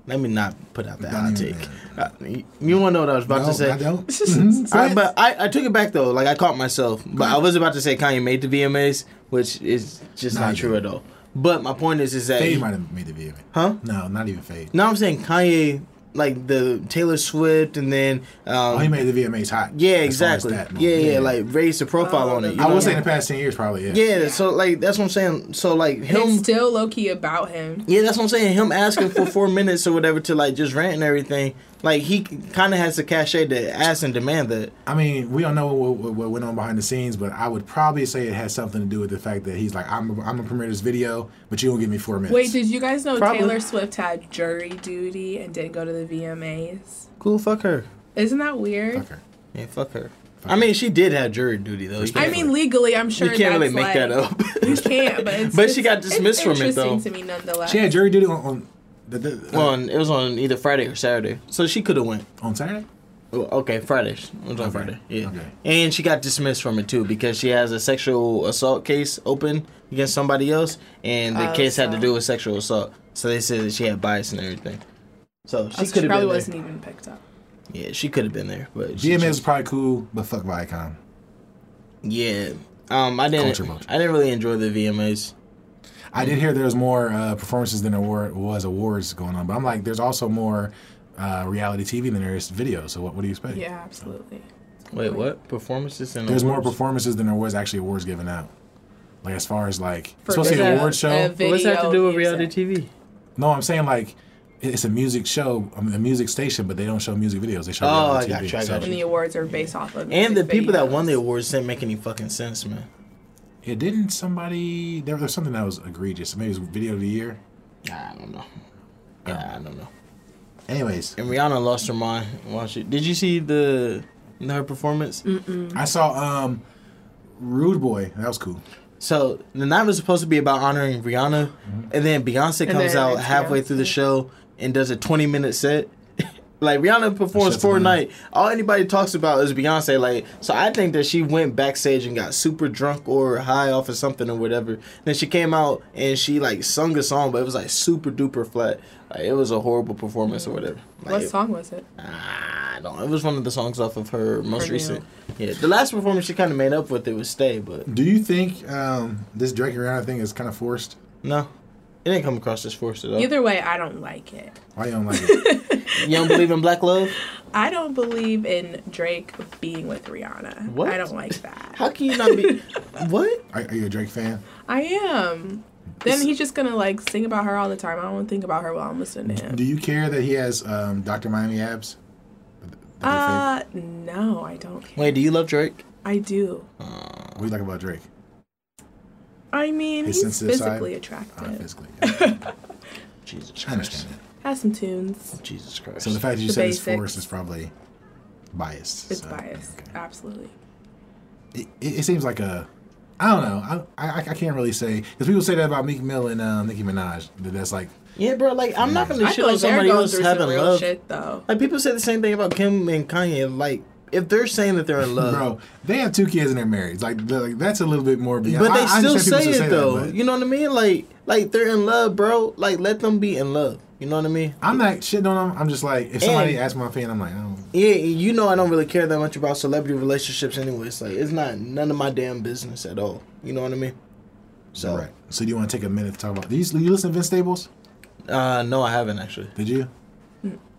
Speaker 1: Let me not put out that hot
Speaker 2: Don't
Speaker 1: take.
Speaker 2: even-
Speaker 1: Uh, you you want to know what I was about
Speaker 2: No,
Speaker 1: to say?
Speaker 2: Oh, I don't. Mm-hmm.
Speaker 1: All right, but I, I took it back though. Like I caught myself. But I was about to say Kanye made the VMAs, which is just
Speaker 2: Nah,
Speaker 1: not
Speaker 2: you
Speaker 1: true at all. But my point is, is that
Speaker 2: Fade
Speaker 1: he-
Speaker 2: might have made the video.
Speaker 1: Huh?
Speaker 2: No, not even Fade.
Speaker 1: no, I'm saying Kanye like the Taylor Swift and then um,
Speaker 2: Oh, he made the VMAs hot.
Speaker 1: yeah,
Speaker 2: As far as
Speaker 1: exactly.
Speaker 2: that
Speaker 1: yeah,
Speaker 2: moment.
Speaker 1: yeah, like raised the profile on it. you
Speaker 2: I
Speaker 1: know?
Speaker 2: would say in the past 10 years, probably. Yeah.
Speaker 1: Yeah, so like that's what I'm saying. So like
Speaker 3: And it's
Speaker 1: him,
Speaker 3: still low key about him.
Speaker 1: yeah, that's what I'm saying. Him asking for four minutes or whatever to like just rant and everything. Like he kind of has the cachet to ask and demand that.
Speaker 2: I mean, we don't know what, what, what went on behind the scenes, but I would probably say it has something to do with the fact that he's like, I'm a, I'm gonna premiere this video, but you don't give me four minutes.
Speaker 3: Wait, did you guys know
Speaker 1: Probably.
Speaker 3: Taylor Swift had jury duty and didn't go to the VMAs?
Speaker 1: Cool, fuck her.
Speaker 3: Isn't that weird?
Speaker 2: Fucker.
Speaker 1: Yeah, fuck her. I mean, she did have jury duty though.
Speaker 3: I mean, legally, I'm
Speaker 1: you
Speaker 3: sure
Speaker 1: can't really
Speaker 3: that's,
Speaker 1: make
Speaker 3: like,
Speaker 1: that up.
Speaker 3: You can't, but it's,
Speaker 1: But she
Speaker 3: it's-
Speaker 1: got dismissed
Speaker 3: it's
Speaker 1: from it,
Speaker 3: interesting
Speaker 1: though.
Speaker 3: To me, nonetheless.
Speaker 2: She had jury duty on on, the, the, uh,
Speaker 1: on it was on either Friday or Saturday, so she could have went.
Speaker 2: on Saturday.
Speaker 1: Well, Oh, Okay, Friday. It was on Friday. Yeah.
Speaker 2: Okay.
Speaker 1: And she got dismissed from it too because she has a sexual assault case open against somebody else, and the
Speaker 3: Oh,
Speaker 1: case had to
Speaker 3: so-
Speaker 1: do with sexual assault. So they said that she had bias and everything. So she
Speaker 3: Oh, so
Speaker 1: could
Speaker 3: she
Speaker 1: have
Speaker 3: probably
Speaker 1: been there.
Speaker 3: wasn't e- even picked up.
Speaker 1: Yeah, she could have been there, but she
Speaker 2: GMS
Speaker 1: chose-
Speaker 2: is probably cool, but fuck Viacom.
Speaker 1: Yeah. Um, I didn't.
Speaker 2: Culture vulture.
Speaker 1: I didn't really enjoy the VMAs.
Speaker 2: I
Speaker 1: Mm-hmm.
Speaker 2: did hear there was more uh, performances than there were, was awards going on, but I'm like, there's also more uh, reality TV than there is video. So what, what do you expect?
Speaker 3: Yeah, absolutely.
Speaker 1: Wait, what performances and
Speaker 2: There's more
Speaker 1: awards?
Speaker 2: performances than there was actually awards given out. Like as far as like
Speaker 3: For
Speaker 2: it's supposed to be an
Speaker 3: a-
Speaker 2: award
Speaker 3: a
Speaker 2: show.
Speaker 1: But What's that to
Speaker 3: video
Speaker 1: do with
Speaker 3: music.
Speaker 1: reality TV?
Speaker 2: No, I'm saying like it- it's a music show, um, a music station, but they don't show music videos. They show
Speaker 1: Oh, I
Speaker 2: reality
Speaker 1: got
Speaker 2: TV.
Speaker 1: you, I got
Speaker 3: And
Speaker 1: you.
Speaker 2: so
Speaker 3: the awards are based off of.
Speaker 1: And the
Speaker 3: music
Speaker 1: people that
Speaker 3: videos.
Speaker 1: won the awards didn't make any fucking sense, man.
Speaker 2: it didn't somebody there was something that was egregious. Maybe it was video of the year.
Speaker 1: I don't know. Yeah, I don't know.
Speaker 2: Anyways,
Speaker 1: And Rihanna lost her mind. Watch it. Did you see the her performance?
Speaker 3: Mm-hmm.
Speaker 2: I saw um Rude Boy. That was cool.
Speaker 1: So the night was supposed to be about honoring Rihanna,
Speaker 2: Mm-hmm.
Speaker 1: and then Beyonce
Speaker 3: And
Speaker 1: comes
Speaker 3: then
Speaker 1: out
Speaker 3: it's
Speaker 1: halfway through the
Speaker 3: Beyonce.
Speaker 1: show and does a twenty minute set. like Rihanna performs
Speaker 2: Shuts it
Speaker 1: for a
Speaker 2: down.
Speaker 1: night. All anybody talks about is Beyonce. Like so, I think that she went backstage and got super drunk or high off of something or whatever. Then she came out and she like sung a song, but it was like super duper flat. Like it was a horrible performance or whatever.
Speaker 3: What
Speaker 1: Like,
Speaker 3: song was it?
Speaker 1: I don't. Ah, It was one of the songs off of her most
Speaker 3: new.
Speaker 1: recent. Yeah, the last performance she kind of made up with it was "Stay," but
Speaker 2: Do you think um, this Drake and Rihanna thing is kind of forced?
Speaker 1: no, it didn't come across as forced at all.
Speaker 3: Either way, I don't like it.
Speaker 2: Why you don't like it?
Speaker 1: You don't believe in black love?
Speaker 3: I don't believe in Drake being with Rihanna.
Speaker 1: What?
Speaker 3: I don't like that.
Speaker 1: How can you not be? what?
Speaker 2: are, are you a Drake fan?
Speaker 3: I am. Then he's just gonna like sing about her all the time. I don't want to think about her while I'm listening to him.
Speaker 2: Do you care that he has um, Dr. Miami abs? What
Speaker 3: Uh, no, I don't. Care.
Speaker 1: Wait, do you love Drake?
Speaker 3: I do.
Speaker 2: do you like about Drake?
Speaker 3: I mean,
Speaker 2: His
Speaker 3: he's
Speaker 2: sensitive side?
Speaker 3: physically
Speaker 2: Uh,
Speaker 3: attractive.
Speaker 2: physically. yeah.
Speaker 1: Jesus
Speaker 2: I understand that.
Speaker 3: Has some tunes.
Speaker 1: Jesus Christ.
Speaker 2: So the fact that you
Speaker 3: The
Speaker 2: said it's
Speaker 3: basics.
Speaker 2: forced is probably biased.
Speaker 3: It's
Speaker 2: so,
Speaker 3: biased,
Speaker 2: okay.
Speaker 3: absolutely.
Speaker 2: It, it, it seems like a I don't know. I I, I can't really say because people say that about Meek Mill and uh, Nicki Minaj. That that's like
Speaker 1: Yeah, bro. Like I'm not gonna
Speaker 3: I
Speaker 1: shit
Speaker 3: feel
Speaker 1: on
Speaker 3: like they're
Speaker 1: somebody
Speaker 3: going
Speaker 1: else
Speaker 3: through some
Speaker 1: having
Speaker 3: real
Speaker 1: love.
Speaker 3: shit though.
Speaker 1: Like people say the same thing about Kim and Kanye. Like if they're saying that they're in love,
Speaker 2: bro, they have two kids and they're married. Like, they're- like that's a little bit more. beyond-
Speaker 1: but
Speaker 2: I-
Speaker 1: they
Speaker 2: I
Speaker 1: still
Speaker 2: understand people
Speaker 1: say it
Speaker 2: should that,
Speaker 1: though.
Speaker 2: but
Speaker 1: you know what I mean? Like like they're in love, bro. Like let them be in love. You know what I mean?
Speaker 2: I'm not shitting on them. I'm just like if somebody
Speaker 1: And-
Speaker 2: asks my opinion, I'm like, I don't.
Speaker 1: Yeah, you know I don't really care that much about celebrity relationships anyway. It's like it's not none of my damn business at all. You know what I mean? So
Speaker 2: All right. So do you want to take a minute to talk about? Do you, you listen to Vince Staples?
Speaker 1: uh no I haven't actually.
Speaker 2: Did you?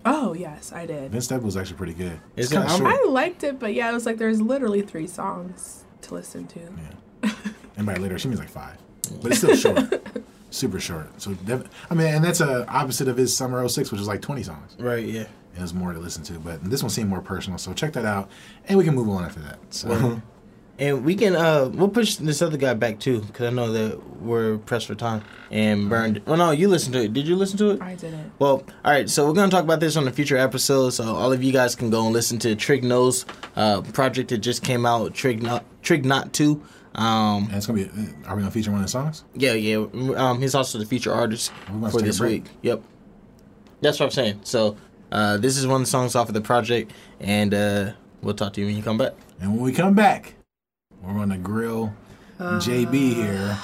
Speaker 3: Oh yes, I did.
Speaker 2: Vince Staples is actually pretty good.
Speaker 1: Is
Speaker 2: kinda
Speaker 1: it? I'm-
Speaker 2: short.
Speaker 3: I liked it, but yeah, it was like there's literally three songs to listen to.
Speaker 2: and by later she means like five, but it's still short, super short. So def- I mean, and that's a opposite of his Summer 06, which was like 20 songs.
Speaker 1: Right, yeah.
Speaker 2: And there's more to listen to, but this one seemed more personal. So check that out, and we can move on after that. So
Speaker 1: And we can uh we'll push this other guy back too cuz I know that we're pressed for time and burned. Well no, you listened to it. Did you listen to it?
Speaker 3: I didn't.
Speaker 1: Well, all right. So we're gonna talk about this on a future episode. So all of you guys can go and listen to Trig Knows uh, project that just came out. Trig Not Trig Not Two. Um,
Speaker 2: and it's gonna be. uh, Are we gonna feature one of the songs?
Speaker 1: yeah, yeah. Um, he's also the feature artist
Speaker 2: We're gonna
Speaker 1: for
Speaker 2: take a
Speaker 1: this
Speaker 2: break.
Speaker 1: week. Yep. That's what I'm saying. So uh, this is one of the songs off of the project, and uh, we'll talk to you when you come back.
Speaker 2: And when we come back, we're gonna grill
Speaker 3: Uh,
Speaker 2: JB here,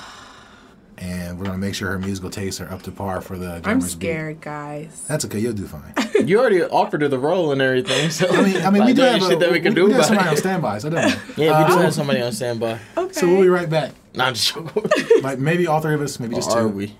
Speaker 2: and we're gonna make sure her musical tastes are up to par for the.
Speaker 3: I'm
Speaker 2: drummer's beat.
Speaker 3: scared, guys.
Speaker 2: That's okay. You'll do fine.
Speaker 1: You already offered her the role and everything. So
Speaker 2: I mean, I mean, we
Speaker 1: like,
Speaker 2: do
Speaker 1: there
Speaker 2: have
Speaker 1: ain't
Speaker 2: a,
Speaker 1: shit that we can do
Speaker 2: we have
Speaker 1: about
Speaker 2: somebody
Speaker 1: it.
Speaker 2: on standby. So don't worry.
Speaker 1: Yeah, we do
Speaker 2: Uh,
Speaker 1: have somebody on standby.
Speaker 3: Okay.
Speaker 2: So we'll be right back.
Speaker 1: Nah, I'm just joking.
Speaker 2: Like maybe all three of us, maybe just two.
Speaker 1: Are we?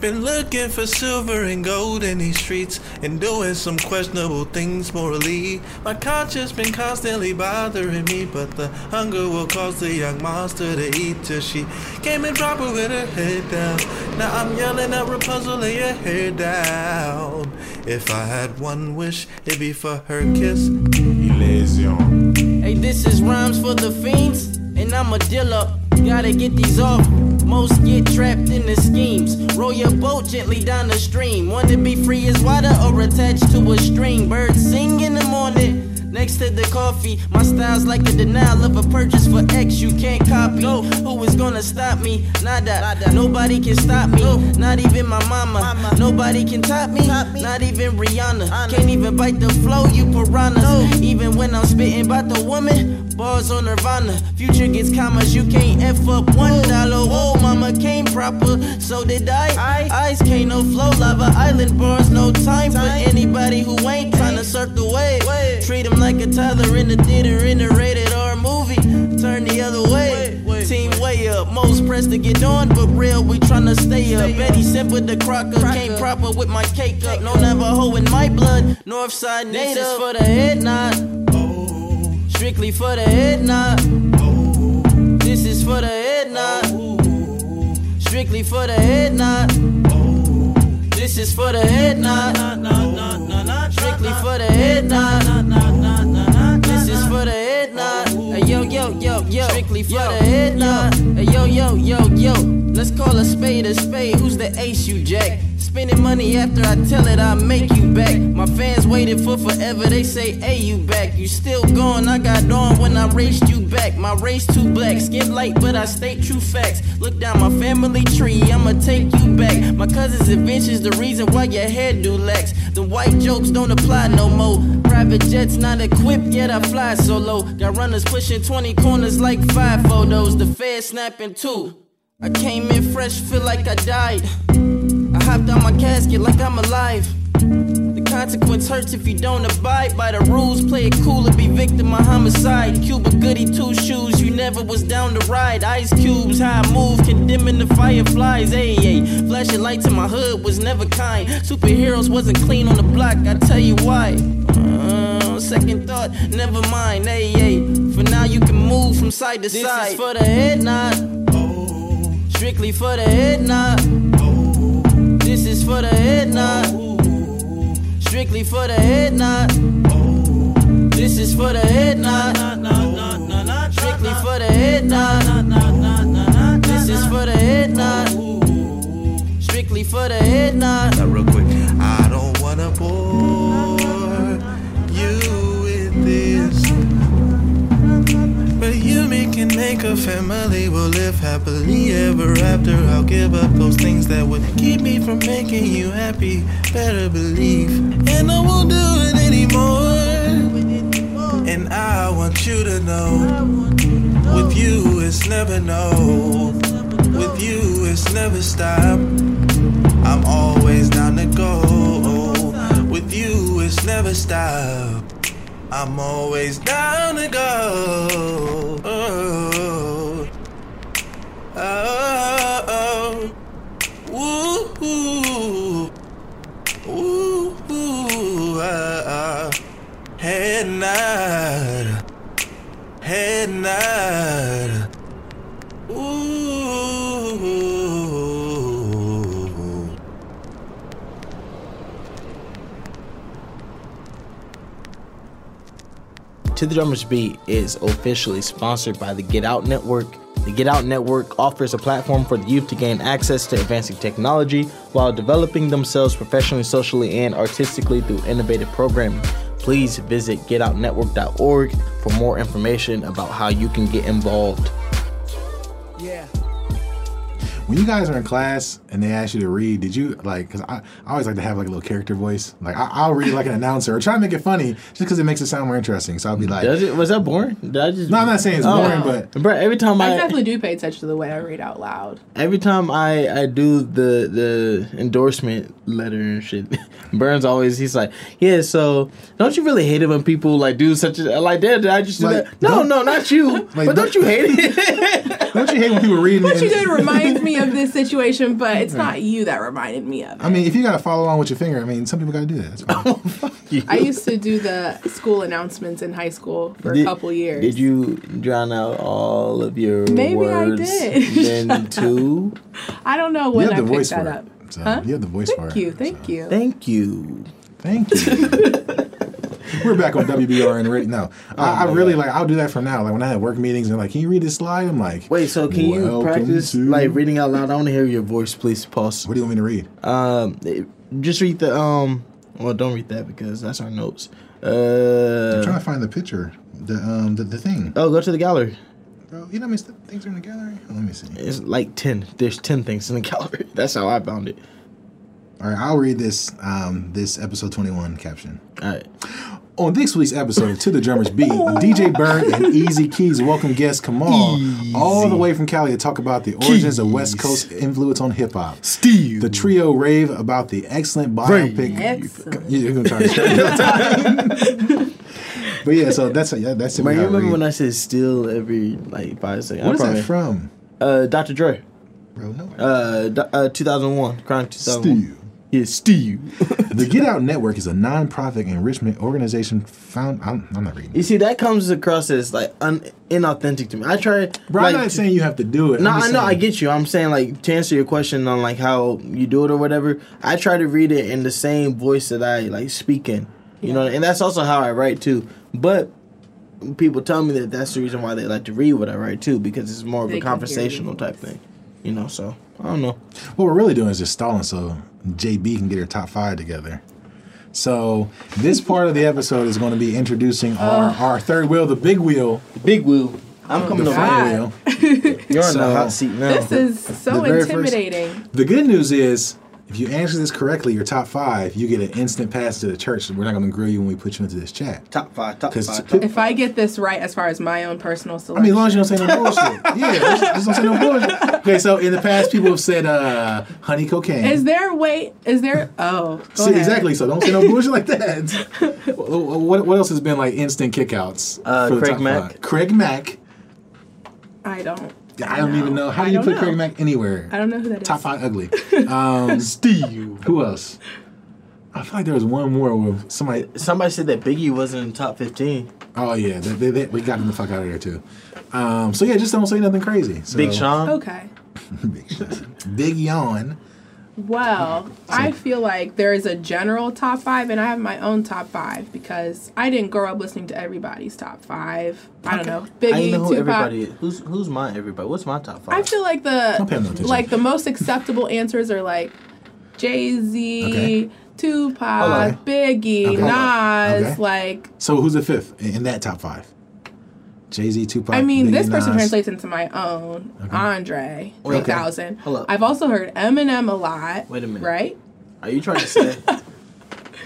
Speaker 4: Been looking for silver and gold in these streets and doing some questionable things morally. My conscience been constantly bothering me, but the hunger will cause the young monster to eat till she came and dropped her with her head down. Now I'm yelling at Rapunzel, lay your hair down. If I had one wish, it'd be for her kiss.
Speaker 5: Hey, this is rhymes for the fiends, and I'm a dealer. Gotta get these off. Most get trapped in the schemes. Roll your boat gently down the stream. Wanna be free as water or attached to a string. Birds sing in the morning. Next to the coffee, my style's like the denial of a purchase for X you can't copy. Who is gonna stop me? Nada. Nobody can stop me. Not even my mama. Nobody can top me. Not even Rihanna. Can't even bite the flow, you piranhas. Even when I'm spitting about the woman, bars on Nirvana. Future gets commas, you can't f up one dollar. Oh, mama came proper, so did I. Ice can't no flow lava. Island bars, no time for anybody who ain't tryna surf the wave. Treat 'em like a toddler in the theater in a rated R movie. Turn the other way. Team way up. Most pressed to get on, but real, we tryna stay up. Betty simple the crocker. Came proper with my cake up. No Navajo in my blood. Northside native. This is for the head nod.
Speaker 4: Oh,
Speaker 5: Strictly for the head nod.
Speaker 4: oh,
Speaker 5: This is for the head nod.
Speaker 4: oh,
Speaker 5: Strictly for the head nod.
Speaker 4: oh.
Speaker 5: This is for the head nod. Strictly for the head nod. This is for the head nod. Ay, Yo, yo, yo, yo. Strictly for the head nod. Ay, Yo, yo, yo, yo. Let's call a spade a spade. Who's the ace you jack? Spending money after I tell it I make you back. My fans waited for forever. They say, hey, you back. You still gone. I got on when I raced you back. My race too black. Skin light, but I state true facts. Look down my family tree. I'ma take you back. My cousin's invention's the reason why your head do lax. The white jokes don't apply no more. Private jets not equipped, yet I fly solo. Got runners pushing 20 corners like five photos. The fed snapping too. I came in fresh, feel like I died. I hopped on my casket like I'm alive. The consequence hurts if you don't abide by the rules. Play it cool and be victim of homicide. Cuba goody two shoes, you never was down to ride. Ice cubes, how I move, condemning the fireflies. Ayy, ayy. Flashing lights in my hood was never kind. Superheroes wasn't clean on the block, I tell you why. Uh, second thought, never mind. Ayy, ayy. For now, you can move from side to side. This is for the head nod, strictly for the head nod. Oh. This is for the head nod. Strictly for the head nod. This is for the head nod. Strictly for the head nod. This is for the head nod. Strictly for the head nod.
Speaker 4: Now, real quick, I don't wanna bore you with this. family will live happily ever after. I'll give up those things that would keep me from making you happy. Better believe, and I won't do it anymore. And I want you to know, with you it's never no. With you it's never stop. I'm always down to go. With you it's never stop. I'm always down to go. Oh, oh, oh. Ooh, ooh, ooh, ah, ah. Head nod, head nod. Ooh.
Speaker 1: To the Drummer's Beat is officially sponsored by the Get Out Network. The Get Out Network offers a platform for the youth to gain access to advancing technology while developing themselves professionally, socially, and artistically through innovative programming. Please visit getoutnetwork.org for more information about how you can get involved.
Speaker 2: When you guys are in class and they ask you to read, did you like? Because I, I always like to have like a little character voice. Like I, I'll read like an announcer or try to make it funny just because it makes it sound more interesting. So I'll be like,
Speaker 1: Mm, Does it, was that boring? Did I just
Speaker 2: no, I'm not saying it's boring, but
Speaker 1: Bro, every time
Speaker 3: I
Speaker 1: I,
Speaker 3: definitely do pay attention to the way I read out loud.
Speaker 1: every time I, I do the the endorsement letter and shit, Burns always he's like, yeah. So don't you really hate it when people like do such a like? Dad, did I just do
Speaker 2: Like,
Speaker 1: that? No,
Speaker 2: don't-
Speaker 1: no, not you.
Speaker 2: Like,
Speaker 1: but don't
Speaker 2: don't-
Speaker 1: you hate it?
Speaker 2: don't you hate when people read?
Speaker 3: What you did reminds me of this situation, but it's not you that reminded me of it.
Speaker 2: I mean, if you gotta follow along with your finger, I mean, some people gotta do that. That's fine.
Speaker 3: I used to do the school announcements in high school for a couple years.
Speaker 1: Did you drown out all of your
Speaker 3: Maybe I
Speaker 1: words?
Speaker 3: did.
Speaker 1: Then two.
Speaker 3: I don't know
Speaker 2: you
Speaker 3: when
Speaker 2: have
Speaker 3: I
Speaker 2: the
Speaker 3: picked
Speaker 2: voice
Speaker 3: that
Speaker 2: for
Speaker 3: up.
Speaker 2: it. So,
Speaker 3: Huh?
Speaker 2: You have the voice for
Speaker 3: Thank you,
Speaker 2: it.
Speaker 3: thank you.
Speaker 1: Thank you.
Speaker 2: Thank you. We're back on WBR and radio. No, I, I really like. I'll do that from now. Like when I have work meetings and like, can you read this slide? I'm like,
Speaker 1: Wait, so can you
Speaker 2: "Welcome
Speaker 1: practice
Speaker 2: to-"
Speaker 1: like reading out loud? I want to hear your voice, please. Pause.
Speaker 2: What do you want me to read?
Speaker 1: Um, it- just read the um. Well, don't read that because that's our notes. Uh,
Speaker 2: I'm trying to find the picture, the um, the, the thing.
Speaker 1: Oh, go to the gallery.
Speaker 2: Bro, you know how many st- things are in the gallery? Oh, let me see.
Speaker 1: It's like ten. There's ten things in the gallery. That's how I found it.
Speaker 2: All right, I'll read this um, this episode 21 caption.
Speaker 1: All right.
Speaker 2: On this week's episode of To the Drummers Beat, DJ Bird and Easy Keys welcome guest Kamal all the way from Cali to talk about the origins of West
Speaker 1: Keys.
Speaker 2: Coast influence on hip hop.
Speaker 1: Steve.
Speaker 2: The trio rave about the excellent biopic.
Speaker 3: Excellent.
Speaker 2: You- You're gonna try to shut me up. But yeah, so that's yeah, that's it.
Speaker 1: Man, you
Speaker 2: How I
Speaker 1: remember
Speaker 2: read.
Speaker 1: when I said still every like five seconds?
Speaker 2: What is
Speaker 1: I
Speaker 2: that from,
Speaker 1: Uh, Dr. Dre.
Speaker 2: bro? No.
Speaker 1: Uh, do- uh 2001. Crime 2001.
Speaker 2: Steve.
Speaker 1: Yeah, Steve.
Speaker 2: The Get Out Network is a non-profit enrichment organization found. I'm, I'm not reading.
Speaker 1: you see, that comes across as like un- inauthentic to me. I try.
Speaker 2: Bro,
Speaker 1: like,
Speaker 2: I'm not saying you have to do it.
Speaker 1: No,
Speaker 2: I'm
Speaker 1: I
Speaker 2: just
Speaker 1: know. I
Speaker 2: saying-
Speaker 1: get you. I'm saying like to answer your question on like how you do it or whatever. I try to read it in the same voice that I like speak in. You know, and that's also how I write too. But people tell me that that's the reason why they like to read what I write too because it's more of
Speaker 3: They
Speaker 1: a
Speaker 3: can hear you.
Speaker 1: conversational type thing. You know, so I don't know.
Speaker 2: What we're really doing is just stalling so JB can get her top five together. So this part of the episode is going to be introducing our, our third wheel, the big wheel,
Speaker 1: The big wheel. I'm coming
Speaker 2: the
Speaker 1: over.
Speaker 3: God.
Speaker 2: front wheel.
Speaker 1: You're on the
Speaker 2: So-
Speaker 1: hot seat now.
Speaker 3: Oh, This is so
Speaker 2: The very first-
Speaker 3: intimidating.
Speaker 2: The good news is, if you answer this correctly, your top five, you get an instant pass to the church. We're not going to grill you when we put you into this chat.
Speaker 1: top five. Top
Speaker 2: 'Cause
Speaker 1: five.
Speaker 2: to-
Speaker 1: Top
Speaker 3: If I get this right as far as my own personal
Speaker 2: I mean, as
Speaker 3: selection,
Speaker 2: long as you don't say no bullshit. Yeah, just, just don't say no bullshit. Okay, so in the past, people have said uh, honey cocaine.
Speaker 3: is there a way? Is there? Oh, go
Speaker 2: See,
Speaker 3: ahead.
Speaker 2: exactly. So don't say no bullshit like that. Wh- wh- what, what else has been like instant kickouts?
Speaker 1: Uh,
Speaker 2: for the
Speaker 1: Craig
Speaker 2: top
Speaker 1: Mack.
Speaker 2: five? Craig Mack.
Speaker 3: I don't.
Speaker 2: I don't even know. How
Speaker 3: I
Speaker 2: do you
Speaker 3: don't
Speaker 2: put
Speaker 3: know.
Speaker 2: Craig Mack anywhere?
Speaker 3: I don't know who that is.
Speaker 2: Top five ugly. Um,
Speaker 1: Steve.
Speaker 2: who else? I feel like there was one more where somebody.
Speaker 1: Somebody said that Biggie wasn't in top fifteen.
Speaker 2: Oh yeah, they, they, they, we got him the fuck out of there too. Um, so yeah, just don't say nothing crazy. So,
Speaker 1: Big Sean.
Speaker 3: Okay.
Speaker 2: Big Sean. Big yawn.
Speaker 3: Well, I feel like there is a general top five, and I have my own top five because I didn't grow up listening to everybody's top five. I don't know. Biggie,
Speaker 1: I didn't know who
Speaker 3: Tupac.
Speaker 1: everybody is. Who's who's my everybody? What's my top five?
Speaker 3: I feel like
Speaker 2: Don't pay no
Speaker 3: the
Speaker 2: attention.
Speaker 3: like the most acceptable answers are like Jay Z,
Speaker 2: Okay.
Speaker 3: Tupac, Biggie,
Speaker 2: Okay.
Speaker 3: Nas,
Speaker 2: Okay.
Speaker 3: like
Speaker 2: So who's the fifth in, in that top five? Jay Z, Tupac.
Speaker 3: I mean, this
Speaker 2: Biggie,
Speaker 3: person
Speaker 2: Nas.
Speaker 3: translates into my own Andre
Speaker 1: Okay.
Speaker 3: 3000.
Speaker 1: Hold up.
Speaker 3: I've also heard Eminem a lot.
Speaker 1: Wait a minute.
Speaker 3: Right?
Speaker 1: Are you trying to say?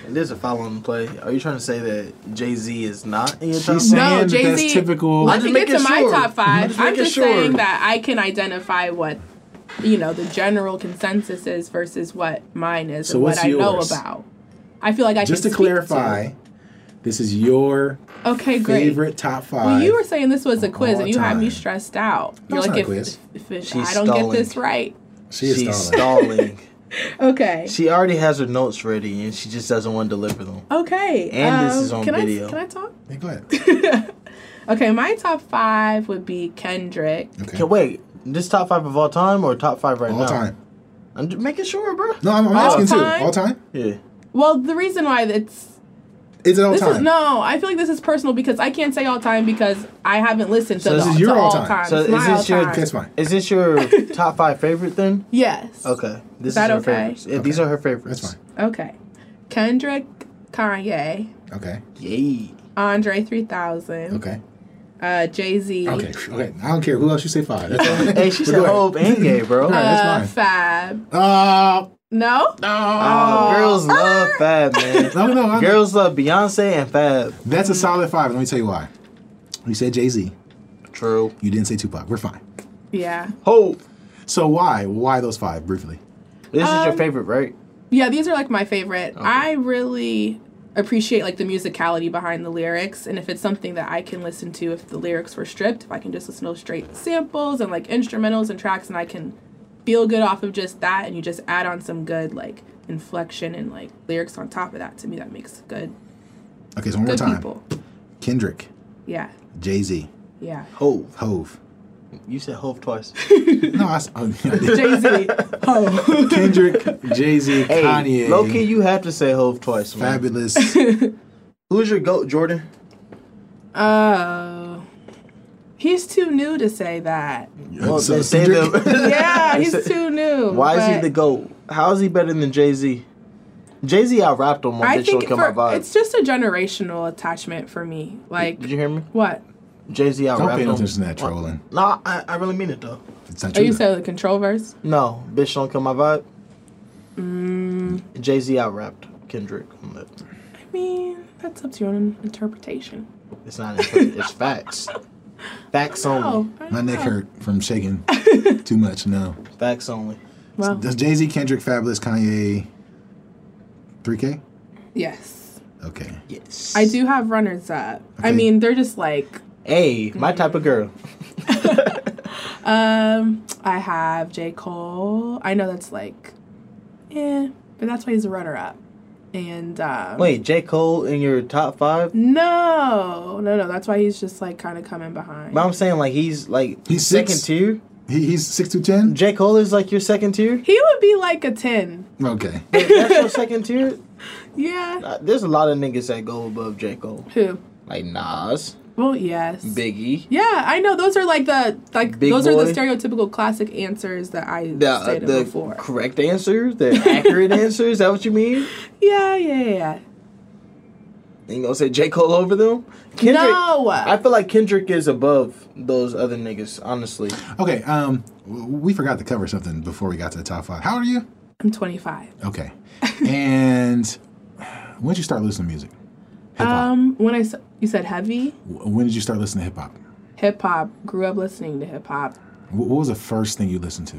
Speaker 1: There's a foul on the play. Are you trying to say that Jay Z is not in your top?
Speaker 2: She's
Speaker 1: five?
Speaker 2: saying
Speaker 3: no,
Speaker 2: that
Speaker 3: Jay
Speaker 2: that's
Speaker 3: Z.
Speaker 2: typical.
Speaker 1: I'm
Speaker 3: Once
Speaker 1: just
Speaker 3: you get to
Speaker 1: making
Speaker 3: my
Speaker 1: sure.
Speaker 3: top
Speaker 1: I'm
Speaker 3: five,
Speaker 1: just
Speaker 3: I'm
Speaker 1: making
Speaker 3: just
Speaker 1: sure.
Speaker 3: saying that I can identify what you know the general consensus is versus what mine is
Speaker 2: So
Speaker 3: and what
Speaker 2: what's
Speaker 3: I know
Speaker 2: yours?
Speaker 3: about. I feel like I
Speaker 2: Just to
Speaker 3: can speak
Speaker 2: clarify, this is your
Speaker 3: Okay, great.
Speaker 2: favorite top five.
Speaker 3: Well, you were saying this was a quiz,
Speaker 2: all
Speaker 3: and you had me
Speaker 2: time.
Speaker 3: stressed out.
Speaker 2: No,
Speaker 3: You're
Speaker 2: it's
Speaker 3: like,
Speaker 2: not a
Speaker 3: if,
Speaker 2: quiz.
Speaker 3: if, if
Speaker 1: She's
Speaker 3: I don't
Speaker 1: stalling.
Speaker 3: get this right,
Speaker 2: she is
Speaker 1: She's
Speaker 2: stalling.
Speaker 1: stalling.
Speaker 3: okay,
Speaker 1: She already has her notes ready, and she just doesn't want to deliver them.
Speaker 3: okay. um,
Speaker 1: And this is on
Speaker 3: can
Speaker 1: video.
Speaker 3: I can I talk?
Speaker 2: Hey, go ahead.
Speaker 3: Okay, my top five would be Kendrick.
Speaker 2: Okay.
Speaker 1: Can wait. This top five of all time or top five right
Speaker 2: All
Speaker 1: now?
Speaker 2: time.
Speaker 1: I'm just making sure, bro.
Speaker 2: No, I'm, I'm asking
Speaker 3: time?
Speaker 2: too. All time?
Speaker 1: Yeah.
Speaker 3: Well, the reason why it's
Speaker 2: Is it all
Speaker 3: This
Speaker 2: time?
Speaker 3: is no. I feel like this is personal because I can't say all time because I haven't listened to,
Speaker 1: So this
Speaker 3: the,
Speaker 1: is
Speaker 3: to
Speaker 2: your all
Speaker 3: all
Speaker 2: time.
Speaker 3: time.
Speaker 1: So
Speaker 3: It's
Speaker 1: is
Speaker 3: my
Speaker 1: this
Speaker 3: all
Speaker 1: your-
Speaker 3: time.
Speaker 2: Okay, it's fine.
Speaker 1: Is this your top five favorite then?
Speaker 3: Yes.
Speaker 1: Okay. This
Speaker 3: that
Speaker 1: her
Speaker 3: okay?
Speaker 1: favorites. Yeah, These are her favorites.
Speaker 2: That's fine.
Speaker 3: Okay. Kendrick, Kanye,
Speaker 2: Okay.
Speaker 1: Yay.
Speaker 3: Andre 3000,
Speaker 2: Okay.
Speaker 3: uh, Jay Z,
Speaker 2: Okay. Okay. I don't care who else you say five. That's fine.
Speaker 1: Hey, she
Speaker 2: But
Speaker 1: said
Speaker 2: go ahead.
Speaker 1: Hope and Gay, bro.
Speaker 2: All right,
Speaker 3: uh,
Speaker 2: that's fine.
Speaker 3: Fab.
Speaker 2: Uh,
Speaker 3: No.
Speaker 1: Oh, girls love Fab,
Speaker 2: no,
Speaker 1: man.
Speaker 2: no, no.
Speaker 1: girls love Beyonce and Fab.
Speaker 2: That's a solid five. Let me tell you why. You said Jay Z.
Speaker 1: True.
Speaker 2: You didn't say Tupac. We're fine.
Speaker 3: Yeah.
Speaker 1: Hope.
Speaker 2: So why? Why those five briefly?
Speaker 1: This is your
Speaker 3: Um,
Speaker 1: favorite, right?
Speaker 3: Yeah. These are like my favorite. I really appreciate like the musicality behind the lyrics and if it's something that I can listen to if the lyrics were stripped if I can just listen to straight samples and like instrumentals and tracks and I can feel good off of just that and you just add on some good like inflection and like lyrics on top of that to me that makes good
Speaker 2: Okay, so one more
Speaker 3: good
Speaker 2: time.
Speaker 3: people
Speaker 2: Kendrick,
Speaker 3: yeah
Speaker 2: Jay Z,
Speaker 3: yeah
Speaker 1: Hope.
Speaker 2: Hove.
Speaker 1: You said Hope twice.
Speaker 2: No, I, s- oh, yeah, I did.
Speaker 3: Jay-Z oh
Speaker 2: Kendrick, Jay Z,
Speaker 1: Hey,
Speaker 2: Kanye,
Speaker 1: low key, you have to say Hope twice, man.
Speaker 2: fabulous.
Speaker 1: Who's your goat, Jordan?
Speaker 3: oh he's too new to say that
Speaker 1: Well,
Speaker 2: So
Speaker 1: they say
Speaker 2: Kendrick-
Speaker 1: the-
Speaker 3: yeah
Speaker 1: They
Speaker 3: he's
Speaker 1: say-
Speaker 3: too new
Speaker 1: Why is he
Speaker 3: but-
Speaker 1: the GOAT? How is he better than Jay Z? Jay Z out rapped him on
Speaker 3: I
Speaker 1: Bitch Don't
Speaker 3: think
Speaker 1: Kill My
Speaker 3: for,
Speaker 1: Vibe.
Speaker 3: it's just a generational attachment for me. Like
Speaker 1: Did you hear me?
Speaker 3: what? Oh,
Speaker 1: Jay Z out
Speaker 2: Don't
Speaker 1: rapped
Speaker 2: pay
Speaker 1: him.
Speaker 2: no attention to that trolling.
Speaker 1: Nah, I, I really mean it though.
Speaker 2: It's not
Speaker 3: Are
Speaker 2: true.
Speaker 3: Oh, you
Speaker 2: though.
Speaker 3: saying the control verse?
Speaker 1: No, Bitch Don't Kill My Vibe. Jay Z out rapped Kendrick on that.
Speaker 3: I mean, that's up to your own interpretation.
Speaker 1: It's not, incorrect, it's facts. Facts
Speaker 3: Oh,
Speaker 1: only.
Speaker 3: I don't
Speaker 2: My neck
Speaker 3: know.
Speaker 2: hurt from shaking too much. No.
Speaker 1: Facts only.
Speaker 3: Well,
Speaker 2: Does Jay Z, Kendrick, Fabulous, Kanye, 3K?
Speaker 3: yes,
Speaker 2: Okay.
Speaker 1: Yes.
Speaker 3: I do have runners up. I
Speaker 2: Okay.
Speaker 3: mean, they're just like
Speaker 1: Hey, my type of girl.
Speaker 3: um, I have J Cole. I know that's like, eh, but that's why he's a runner up. And um,
Speaker 1: Wait, J Cole in your top five?
Speaker 3: no, no, no. That's why he's just like kind of coming behind.
Speaker 1: But I'm saying like he's like
Speaker 2: He's
Speaker 1: second
Speaker 2: six.
Speaker 1: tier.
Speaker 2: He, he's 6 to 10?
Speaker 1: J Cole is like your second tier.
Speaker 3: He would be like a ten.
Speaker 2: Okay.
Speaker 1: That's your second tier.
Speaker 3: Yeah.
Speaker 1: Uh, There's a lot of niggas that go above J Cole,
Speaker 3: Who?
Speaker 1: like Nas,
Speaker 3: Well, yes.
Speaker 1: Biggie.
Speaker 3: Yeah, I know. Those are like the like
Speaker 1: Big
Speaker 3: those are
Speaker 1: boy.
Speaker 3: the stereotypical classic answers that I
Speaker 1: The, uh,
Speaker 3: stated
Speaker 1: the
Speaker 3: before.
Speaker 1: correct answer, the accurate answer, is that what you mean?
Speaker 3: yeah, yeah, yeah.
Speaker 1: You gonna say J. Cole over them? Kendrick,
Speaker 3: No.
Speaker 1: I feel like Kendrick is above those other niggas, honestly.
Speaker 2: Okay. Um, w- we forgot to cover something before we got to the top five. How old are you?
Speaker 3: I'm 25.
Speaker 2: Okay. And when did you start listening to music? Hip hop.
Speaker 3: Um, when I s- you said heavy
Speaker 2: W- when did you start listening to hip hop?
Speaker 3: hip hop, grew up listening to hip hop.
Speaker 2: Wh- What was the first thing you listened to?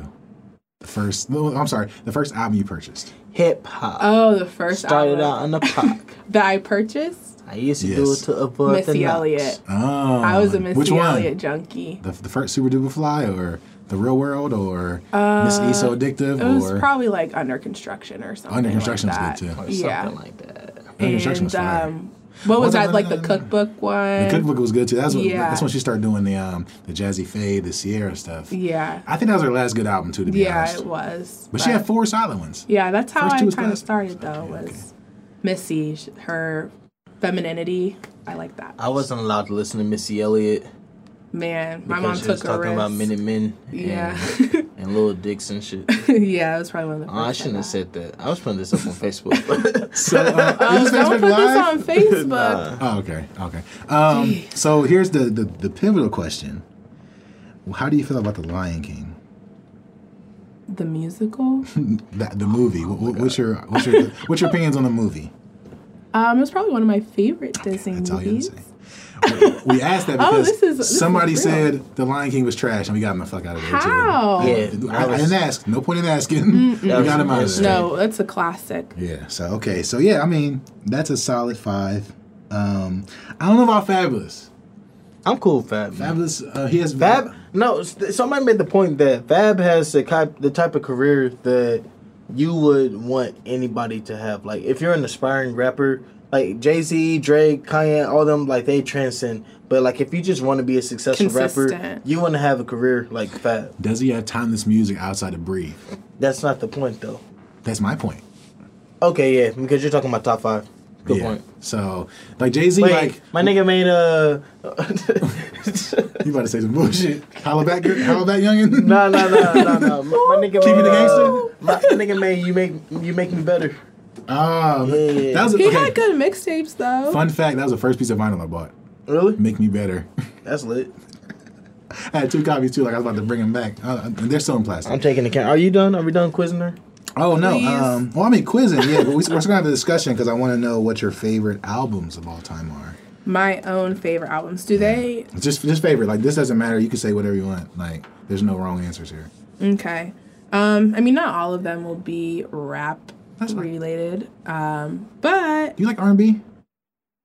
Speaker 2: The first, no, I'm sorry, the first album you purchased.
Speaker 1: Hip hop.
Speaker 3: Oh, the first
Speaker 1: Started
Speaker 3: album
Speaker 1: out in the park.
Speaker 3: that I purchased,
Speaker 1: I used to do it
Speaker 2: Yes.
Speaker 1: to avoid the
Speaker 3: Missy
Speaker 1: knocks.
Speaker 3: Elliott.
Speaker 2: Oh,
Speaker 3: I was a Missy
Speaker 2: which one?
Speaker 3: Elliott junkie.
Speaker 2: The, the first Super Duper Fly or The Real World or Miss E So Addictive
Speaker 3: Uh, It was
Speaker 2: or
Speaker 3: probably like under construction or something.
Speaker 2: Under
Speaker 3: like
Speaker 2: Construction was
Speaker 3: that.
Speaker 2: good too.
Speaker 1: Or
Speaker 3: Yeah.
Speaker 1: something like that.
Speaker 2: Under Construction was
Speaker 3: And
Speaker 2: fire.
Speaker 3: um, what was
Speaker 2: Wasn't
Speaker 3: that
Speaker 2: that-
Speaker 3: like the cookbook one?
Speaker 2: The cookbook was good too. That's when,
Speaker 3: Yeah.
Speaker 2: that's when she started doing the um the Jazzy Faye, the Sierra stuff.
Speaker 3: Yeah,
Speaker 2: I think that was her last good album too, to be
Speaker 3: yeah,
Speaker 2: honest.
Speaker 3: it was.
Speaker 2: But she had four silent ones.
Speaker 3: Yeah, that's how
Speaker 2: First
Speaker 3: I
Speaker 2: two was
Speaker 3: kind of
Speaker 2: classic.
Speaker 3: started though
Speaker 2: Okay,
Speaker 3: was
Speaker 2: okay.
Speaker 3: Missy, sh- her femininity. I like that.
Speaker 1: I wasn't allowed to listen to Missy Elliott.
Speaker 3: man, my mom
Speaker 1: Because she
Speaker 3: took
Speaker 1: was
Speaker 3: a risk.
Speaker 1: talking about Minutemen and,
Speaker 3: yeah,
Speaker 1: and Lil Dicks and shit.
Speaker 3: yeah, it was probably one of the.
Speaker 1: Oh, I
Speaker 3: first
Speaker 1: shouldn't have
Speaker 3: said.
Speaker 1: said that. I was putting this up on Facebook.
Speaker 2: So, uh,
Speaker 3: Oh,
Speaker 2: is this
Speaker 3: don't
Speaker 2: Facebook
Speaker 3: put
Speaker 2: Live?
Speaker 3: this on Facebook.
Speaker 2: Oh, okay, okay. Um, so here's the, the the pivotal question: How do you feel about the Lion King,
Speaker 3: The musical.
Speaker 2: the, the movie? Wh- wh- what's your what's your what's your opinions on the movie?
Speaker 3: Um, it's probably one of my favorite Disney
Speaker 2: That's all you can
Speaker 3: movies.
Speaker 2: say. We- We asked that
Speaker 3: Oh,
Speaker 2: because
Speaker 3: this is- this is
Speaker 2: somebody
Speaker 3: real.
Speaker 2: said the Lion King was trash, and we got him the fuck out of there. too.
Speaker 3: How?
Speaker 1: yeah,
Speaker 2: I, I didn't ask. No point in asking.
Speaker 1: was
Speaker 2: we got him out of
Speaker 1: insane.
Speaker 2: there.
Speaker 3: No, that's a classic.
Speaker 2: Yeah. So okay. So yeah, I mean that's a solid five. Um, I don't know about Fabulous.
Speaker 1: I'm cool, with Fab. man.
Speaker 2: Fabulous. Uh, he has
Speaker 1: Fab, no, s- somebody made the point that Fab has the type, the type of career that you would want anybody to have. Like, if you're an aspiring rapper, like Jay Z, Drake, Kanye, all them, like they transcend. But like, if you just want to be a successful rapper,
Speaker 3: Consistent.
Speaker 1: you want to have a career like Fab.
Speaker 2: Does he have timeless music outside of Breathe?
Speaker 1: That's not the point, though.
Speaker 2: That's my point.
Speaker 1: Okay, yeah, because you're talking about top five. Good
Speaker 2: yeah.
Speaker 1: point.
Speaker 2: So like Jay Z,
Speaker 1: Wait,
Speaker 2: like
Speaker 1: my nigga made a
Speaker 2: you about to say some bullshit. Holla back, holla back, youngin.
Speaker 1: no, no, no, no, no. My, my nigga
Speaker 2: Keep
Speaker 1: made
Speaker 2: it the
Speaker 1: uh,
Speaker 2: gangster.
Speaker 1: my nigga made you make you make me better.
Speaker 2: Oh,
Speaker 1: Yeah.
Speaker 2: that was a,
Speaker 3: He
Speaker 2: okay.
Speaker 3: had good mixtapes though.
Speaker 2: Fun fact: that was the first piece of vinyl I bought.
Speaker 1: Really?
Speaker 2: Make me better.
Speaker 1: That's lit.
Speaker 2: I had two copies too. Like I was about to bring them back. Uh, and they're still in plastic.
Speaker 1: I'm taking the count. Are you done? Are we done quizzing her?
Speaker 2: Oh no!
Speaker 3: Please.
Speaker 2: Um, well, I mean quizzing, yeah. But we, we're gonna have a discussion because I want to know what your favorite albums of all time are.
Speaker 3: My own favorite albums. Do they?
Speaker 2: Just, just favorite. Like this doesn't matter. You can say whatever you want. Like there's no wrong answers here.
Speaker 3: Okay. Um, I mean, not all of them will be rap
Speaker 2: That's fine.
Speaker 3: related. Um, but
Speaker 2: Do you like R&B?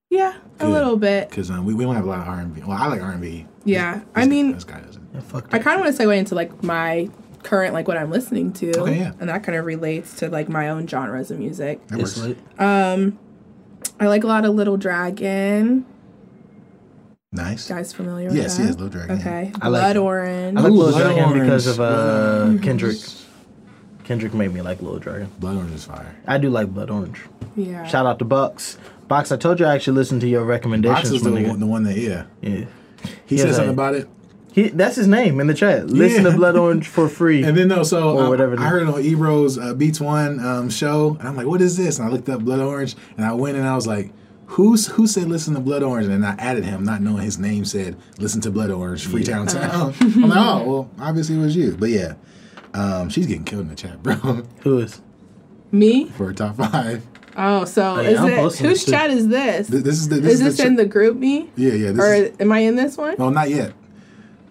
Speaker 3: yeah, a
Speaker 2: Good.
Speaker 3: little bit.
Speaker 2: Because um, we, we don't have a lot of R&B. Well, I like R&B.
Speaker 3: Yeah. I
Speaker 2: This-
Speaker 3: mean,
Speaker 2: this guy doesn't.
Speaker 1: Fuck
Speaker 3: I kind of want to segue into like my current like what I'm listening to,
Speaker 2: Okay, yeah.
Speaker 3: and that kind of relates to like my own genres of music.
Speaker 2: That works.
Speaker 3: I like a lot of Little Dragon.
Speaker 2: Nice.
Speaker 3: You guys familiar with
Speaker 2: Yes,
Speaker 3: that?
Speaker 2: yes, Little Dragon.
Speaker 3: Okay.
Speaker 1: I like
Speaker 3: Blood
Speaker 1: it.
Speaker 3: Orange.
Speaker 1: I like
Speaker 2: Ooh,
Speaker 1: Lil
Speaker 2: Blood
Speaker 1: Dragon
Speaker 2: Orange.
Speaker 1: because of uh,
Speaker 2: Blood
Speaker 1: Kendrick. Kendrick made me like Lil Dragon.
Speaker 2: Blood Orange is fire.
Speaker 1: I do like Blood Orange.
Speaker 3: yeah.
Speaker 1: Shout out to Box. Box, I told you I actually listened to your
Speaker 2: Box
Speaker 1: recommendations.
Speaker 2: is the,
Speaker 1: my nigga.
Speaker 2: one- the one that yeah.
Speaker 1: Yeah.
Speaker 2: He
Speaker 1: Yeah,
Speaker 2: said something
Speaker 1: like-
Speaker 2: about it,
Speaker 1: He, that's his name in the chat. Listen
Speaker 2: Yeah.
Speaker 1: to Blood Orange for free.
Speaker 2: and then no, so
Speaker 1: Or
Speaker 2: um,
Speaker 1: whatever it
Speaker 2: I
Speaker 1: is.
Speaker 2: heard on Ebro's uh, Beats One um, show, and I'm like, what is this? And I looked up Blood Orange, and I went and I was like, who's who said listen to Blood Orange? And I added him, not knowing his name said listen to Blood Orange, Freetown Town. I'm like, oh well, obviously it was you, but yeah, um, she's getting killed in the chat, bro,
Speaker 1: Who is?
Speaker 3: Me?
Speaker 2: for her top five.
Speaker 3: Oh, so
Speaker 1: Hey,
Speaker 3: is
Speaker 1: I'm
Speaker 3: it
Speaker 1: posting
Speaker 3: whose
Speaker 1: this too.
Speaker 3: chat is this?
Speaker 2: Th- This is the this
Speaker 3: is this
Speaker 2: the
Speaker 3: in
Speaker 2: tr-
Speaker 3: the group me?
Speaker 2: yeah yeah this
Speaker 3: or
Speaker 2: is,
Speaker 3: am I in this one?
Speaker 2: well not yet.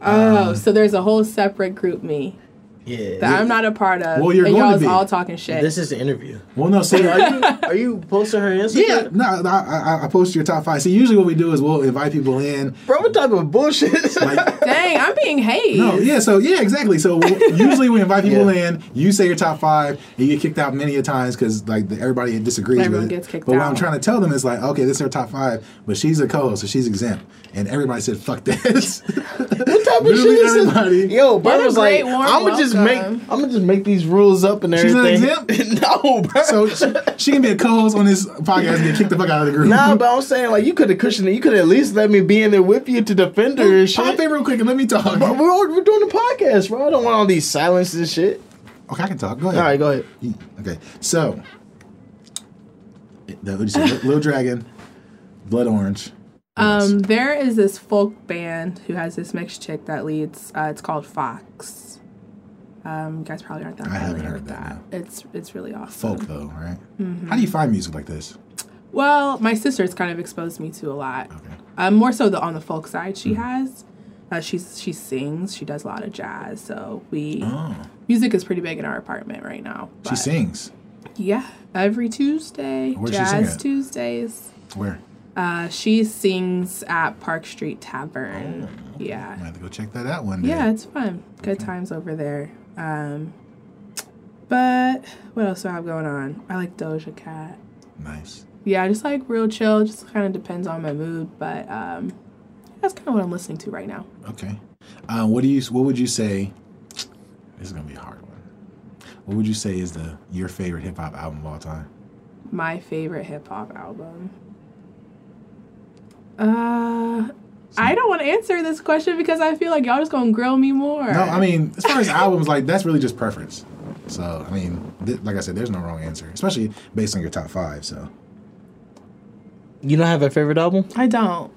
Speaker 3: oh, so there's a whole separate group me
Speaker 1: Yeah.
Speaker 3: that I'm not a part of.
Speaker 2: Well, you're
Speaker 3: and
Speaker 2: going to
Speaker 3: y'all's
Speaker 2: be.
Speaker 3: all talking shit.
Speaker 1: This is the interview.
Speaker 2: Well no, so
Speaker 1: Are you, are you posting her Instagram?
Speaker 2: Yeah, no, I, I, I post your top five. See, usually what we do is we'll invite people in.
Speaker 1: Bro, what type of bullshit?
Speaker 2: Like,
Speaker 3: Dang, I'm being hated.
Speaker 2: no, yeah, so yeah, exactly. So we'll, usually we invite people
Speaker 1: Yeah.
Speaker 2: in. You say your top five, and you get kicked out many a times because like the, everybody disagrees
Speaker 3: Everyone
Speaker 2: with it.
Speaker 3: gets kicked
Speaker 2: but what I'm
Speaker 3: out.
Speaker 2: trying to tell them is like, okay, this is her top five, but she's a co-host, so she's exempt, and everybody said, "Fuck this."
Speaker 1: What type of
Speaker 2: Literally
Speaker 1: shit is
Speaker 2: everybody.
Speaker 1: this? Yo, bro
Speaker 3: What a
Speaker 1: was like,
Speaker 3: great warm
Speaker 1: I'm gonna just make, I'm
Speaker 3: welcome.
Speaker 1: gonna just make these rules up and
Speaker 2: She's an
Speaker 1: everything.
Speaker 2: exempt?
Speaker 1: no, bro.
Speaker 2: so she, she can be a co-host on this podcast and get kicked the fuck out of the group.
Speaker 1: nah, but I'm saying like you could have cushioned it. You could at least let me be in there with you to defend her and shit.
Speaker 2: pop in real quick and let me talk.
Speaker 1: Bro, we're, all- we're doing the podcast, bro. I don't want all these silences and shit.
Speaker 2: Okay, I can talk. Go ahead. Hmm,
Speaker 1: All right, go ahead.
Speaker 2: Okay, so that would say Little Dragon, Blood Orange.
Speaker 3: Um, there is this folk band who has this mixed chick that leads. Uh, it's called Fox. Um, you guys probably aren't that.
Speaker 2: I haven't
Speaker 3: familiar
Speaker 2: heard
Speaker 3: with
Speaker 2: that,
Speaker 3: It's it's really awesome.
Speaker 2: folk though, right? How do you find music like this?
Speaker 3: Well, my sister's kind of exposed me to a lot.
Speaker 2: Okay. Hmm.
Speaker 3: Um, more so the on the folk side, she has. Uh, she's she sings. She does a lot of jazz. So we
Speaker 2: Oh,
Speaker 3: music is pretty big in our apartment right now.
Speaker 2: she
Speaker 3: but-
Speaker 2: sings.
Speaker 3: Yeah, every Tuesday,
Speaker 2: Where's she sing
Speaker 3: jazz
Speaker 2: at?
Speaker 3: Tuesdays.
Speaker 2: Where?
Speaker 3: Uh, she sings at Park Street Tavern.
Speaker 2: Oh,
Speaker 3: Yeah.
Speaker 2: I have to go check that out one day.
Speaker 3: Yeah, it's fun. Good times over there. Um, but what else do I have going on? I like Doja Cat.
Speaker 2: Nice.
Speaker 3: Yeah, I just like real chill. Just kind of depends on my mood, but um, that's kind of what I'm listening to right now.
Speaker 2: Okay. Uh, what do you? What would you say? This is gonna be a hard one. What would you say is the your favorite hip hop album of all time?
Speaker 3: My favorite hip hop album. Uh, I don't want to answer this question because I feel like y'all just gonna grill me more.
Speaker 2: No, I mean, as far as albums, like that's really just preference. So, I mean, th- like I said, there's no wrong answer, especially based on your top five. So,
Speaker 1: You don't have a favorite album?
Speaker 3: I don't.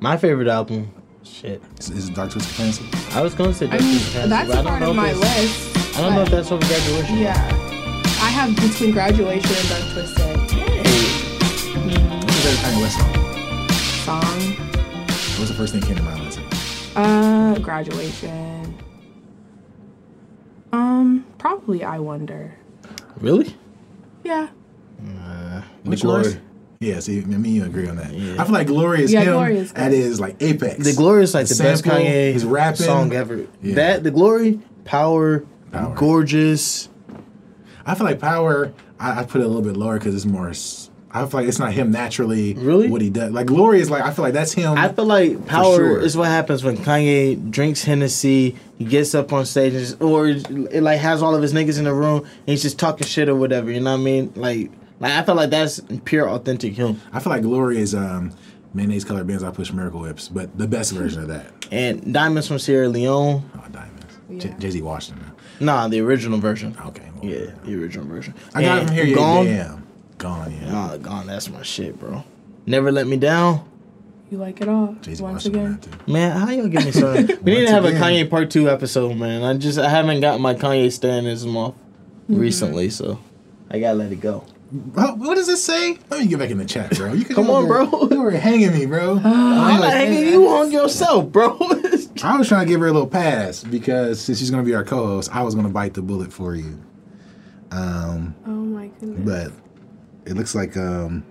Speaker 1: My favorite album. Shit.
Speaker 2: is, is Dark Twisted Fantasy?
Speaker 1: I was gonna say
Speaker 3: I
Speaker 1: Dark
Speaker 3: mean,
Speaker 1: Twisted Fantasy,
Speaker 3: that's
Speaker 1: but I don't
Speaker 3: part
Speaker 1: know if
Speaker 3: of my
Speaker 1: it's-
Speaker 3: list.
Speaker 1: I don't know if
Speaker 3: but-
Speaker 1: that's over graduation.
Speaker 3: Yeah. I have between graduation and Dark Twisted
Speaker 2: What's your favorite Kanye West song?
Speaker 3: song.
Speaker 2: What was the first thing that came to mind? when I said that?
Speaker 3: Uh, graduation. Um, probably I wonder.
Speaker 1: Really?
Speaker 3: Yeah.
Speaker 2: Which
Speaker 1: Glory.
Speaker 2: Glory? Yeah, see, me me and you agree on that. I feel like Glory is
Speaker 3: Yeah,
Speaker 2: him
Speaker 3: Glory is good.
Speaker 2: at his like apex.
Speaker 1: The Glory is like the, best
Speaker 2: sample,
Speaker 1: Kanye
Speaker 2: his rapping.
Speaker 1: song ever.
Speaker 2: Yeah.
Speaker 1: That the Glory, Power,
Speaker 2: Power.
Speaker 1: Gorgeous.
Speaker 2: I feel like Power. I, I put it a little bit lower because it's more. s- I feel like it's not him naturally.
Speaker 1: Really?
Speaker 2: what he does. Like Glory is like I feel like that's him.
Speaker 1: I feel like Power
Speaker 2: sure.
Speaker 1: is what happens when Kanye drinks Hennessy, he gets up on stage, and just- or it like has all of his niggas in the room, and he's just talking shit or whatever. You know what I mean? Like, like I feel like that's pure authentic him.
Speaker 2: I feel like Glory is um, mayonnaise colored bands. I push Miracle Whips, but the best version of that.
Speaker 1: And Diamonds from Sierra Leone.
Speaker 2: Oh, diamonds.
Speaker 3: Yeah.
Speaker 2: Jay Z Washington.
Speaker 1: Nah, the original version.
Speaker 2: Okay. well,
Speaker 1: Yeah, the original version.
Speaker 2: Oh. I got
Speaker 1: And
Speaker 2: him here. Yeah,
Speaker 1: Gone.
Speaker 2: Damn. Gone. Yeah.
Speaker 1: Nah, gone. That's my shit, bro. Never let me down.
Speaker 3: You like it all.
Speaker 2: Jay Z
Speaker 3: Once
Speaker 2: Washington. on
Speaker 3: again.
Speaker 2: that too.
Speaker 1: Man, how y'all give me started? we need
Speaker 2: Once
Speaker 1: to have a
Speaker 2: again.
Speaker 1: Kanye part two episode, man. I just I haven't got my Kanye standism off Mm-hmm. recently, so I gotta let it go.
Speaker 2: Bro, what does this say? Let me get back in the chat, bro. You could-
Speaker 1: Come
Speaker 2: you
Speaker 1: on,
Speaker 2: were-
Speaker 1: bro.
Speaker 2: You were hanging me, bro.
Speaker 1: Oh, I'm not hanging you on yourself, bro.
Speaker 2: I was trying to give her a little pass because since she's gonna be our co-host, I was gonna bite the bullet for you. Um,
Speaker 3: Oh my goodness.
Speaker 2: but it looks like um,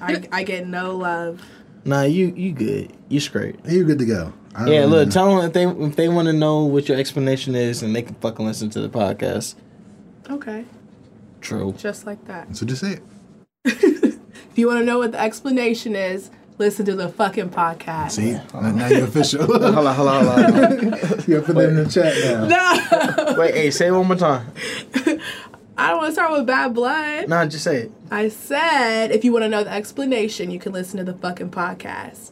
Speaker 3: I, I get no love.
Speaker 1: nah, you you good. You straight.
Speaker 2: you're good to go. I
Speaker 1: Yeah,
Speaker 2: don't
Speaker 1: look,
Speaker 2: know.
Speaker 1: tell them if they if they want to know what your explanation is, and they can fucking listen to the podcast.
Speaker 3: Okay.
Speaker 1: True.
Speaker 3: Just like that.
Speaker 2: so just say it.
Speaker 3: If you want to know what the explanation is, listen to the fucking podcast.
Speaker 2: See, now, now you're official.
Speaker 1: Hold on, hold on, hold on.
Speaker 2: you put it in the chat now.
Speaker 1: Wait, hey, say it one more time.
Speaker 3: I don't want to start with bad blood.
Speaker 1: Nah, just say it.
Speaker 3: I said, if you want to know the explanation, you can listen to the fucking podcast.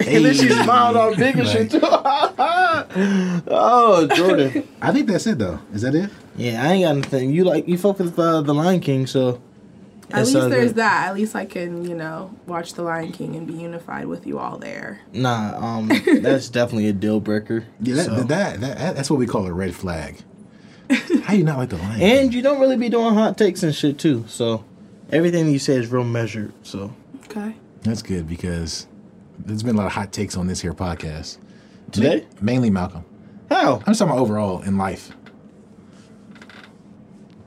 Speaker 1: And then she
Speaker 2: Hey.
Speaker 1: smiled all big and shit too. oh, Jordan.
Speaker 2: I think that's it though. Is that it?
Speaker 1: Yeah, I ain't got nothing. You like you fuck with uh, the Lion King, so
Speaker 3: At
Speaker 1: It's all
Speaker 3: least there's
Speaker 1: good.
Speaker 3: that. At least I can, you know, watch The Lion King and be unified with you all there.
Speaker 1: nah. Um, that's definitely a deal breaker.
Speaker 2: Yeah, that,
Speaker 1: so.
Speaker 2: that, that that's what we call a red flag. How you not like the lion? King?
Speaker 1: And you don't really be doing hot takes and shit too. So everything you say is real measured. So
Speaker 3: Okay.
Speaker 2: that's good because there's been a lot of hot takes on this here podcast.
Speaker 1: today,
Speaker 2: Mainly Malcolm.
Speaker 1: how?
Speaker 2: I'm just talking about overall in life.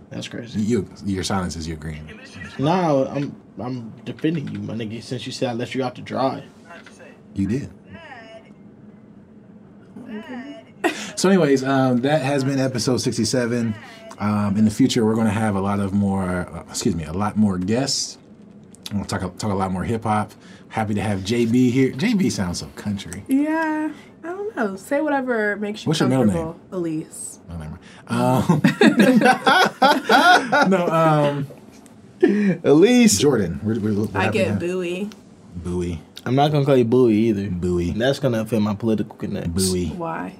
Speaker 1: That's crazy.
Speaker 2: You, your silence is your green.
Speaker 1: Nah, I'm I'm defending you, my nigga. Since you said I left you out to dry.
Speaker 2: You did. So, anyways, um, that has been episode 67. Um, in the future, we're going to have a lot of more, uh, excuse me, a lot more guests. We'll talk talk a lot more hip hop. Happy to have JB here. JB sounds so country.
Speaker 3: Yeah. I don't know. Say whatever makes you
Speaker 2: What's your middle
Speaker 3: comfortable,
Speaker 2: name?
Speaker 3: Elise.
Speaker 2: No, Oh, never mind. Um, no, um,
Speaker 1: At least
Speaker 2: Jordan. We're, we're, we're
Speaker 3: I
Speaker 2: happy
Speaker 3: get
Speaker 2: to-
Speaker 3: Bowie.
Speaker 2: Bowie.
Speaker 1: I'm not gonna call you Bowie either.
Speaker 2: Bowie.
Speaker 1: That's gonna offend my political connects.
Speaker 2: Bowie.
Speaker 3: Why?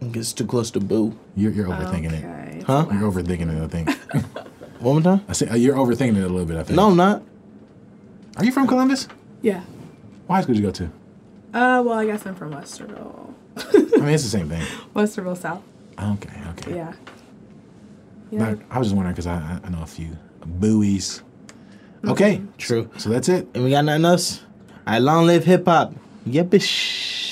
Speaker 1: It gets too close to Boo.
Speaker 2: You're, you're overthinking it.
Speaker 3: Okay.
Speaker 1: Huh?
Speaker 2: You're overthinking it, I think.
Speaker 1: One more time.
Speaker 2: I say, uh, you're overthinking it a little bit, I think.
Speaker 1: No, I'm not.
Speaker 2: Are you from Columbus?
Speaker 3: Yeah.
Speaker 2: Why school did you go to?
Speaker 3: Uh, well, I guess I'm from Westerville.
Speaker 2: I mean, it's the same thing.
Speaker 3: Westerville South.
Speaker 2: Okay, okay.
Speaker 3: Yeah. Yeah.
Speaker 2: But I was just wondering because I, I- I know a few buoys. Okay,
Speaker 1: True.
Speaker 2: so that's it.
Speaker 1: And we got nothing else? All right, long live hip hop. Yeah, bitch.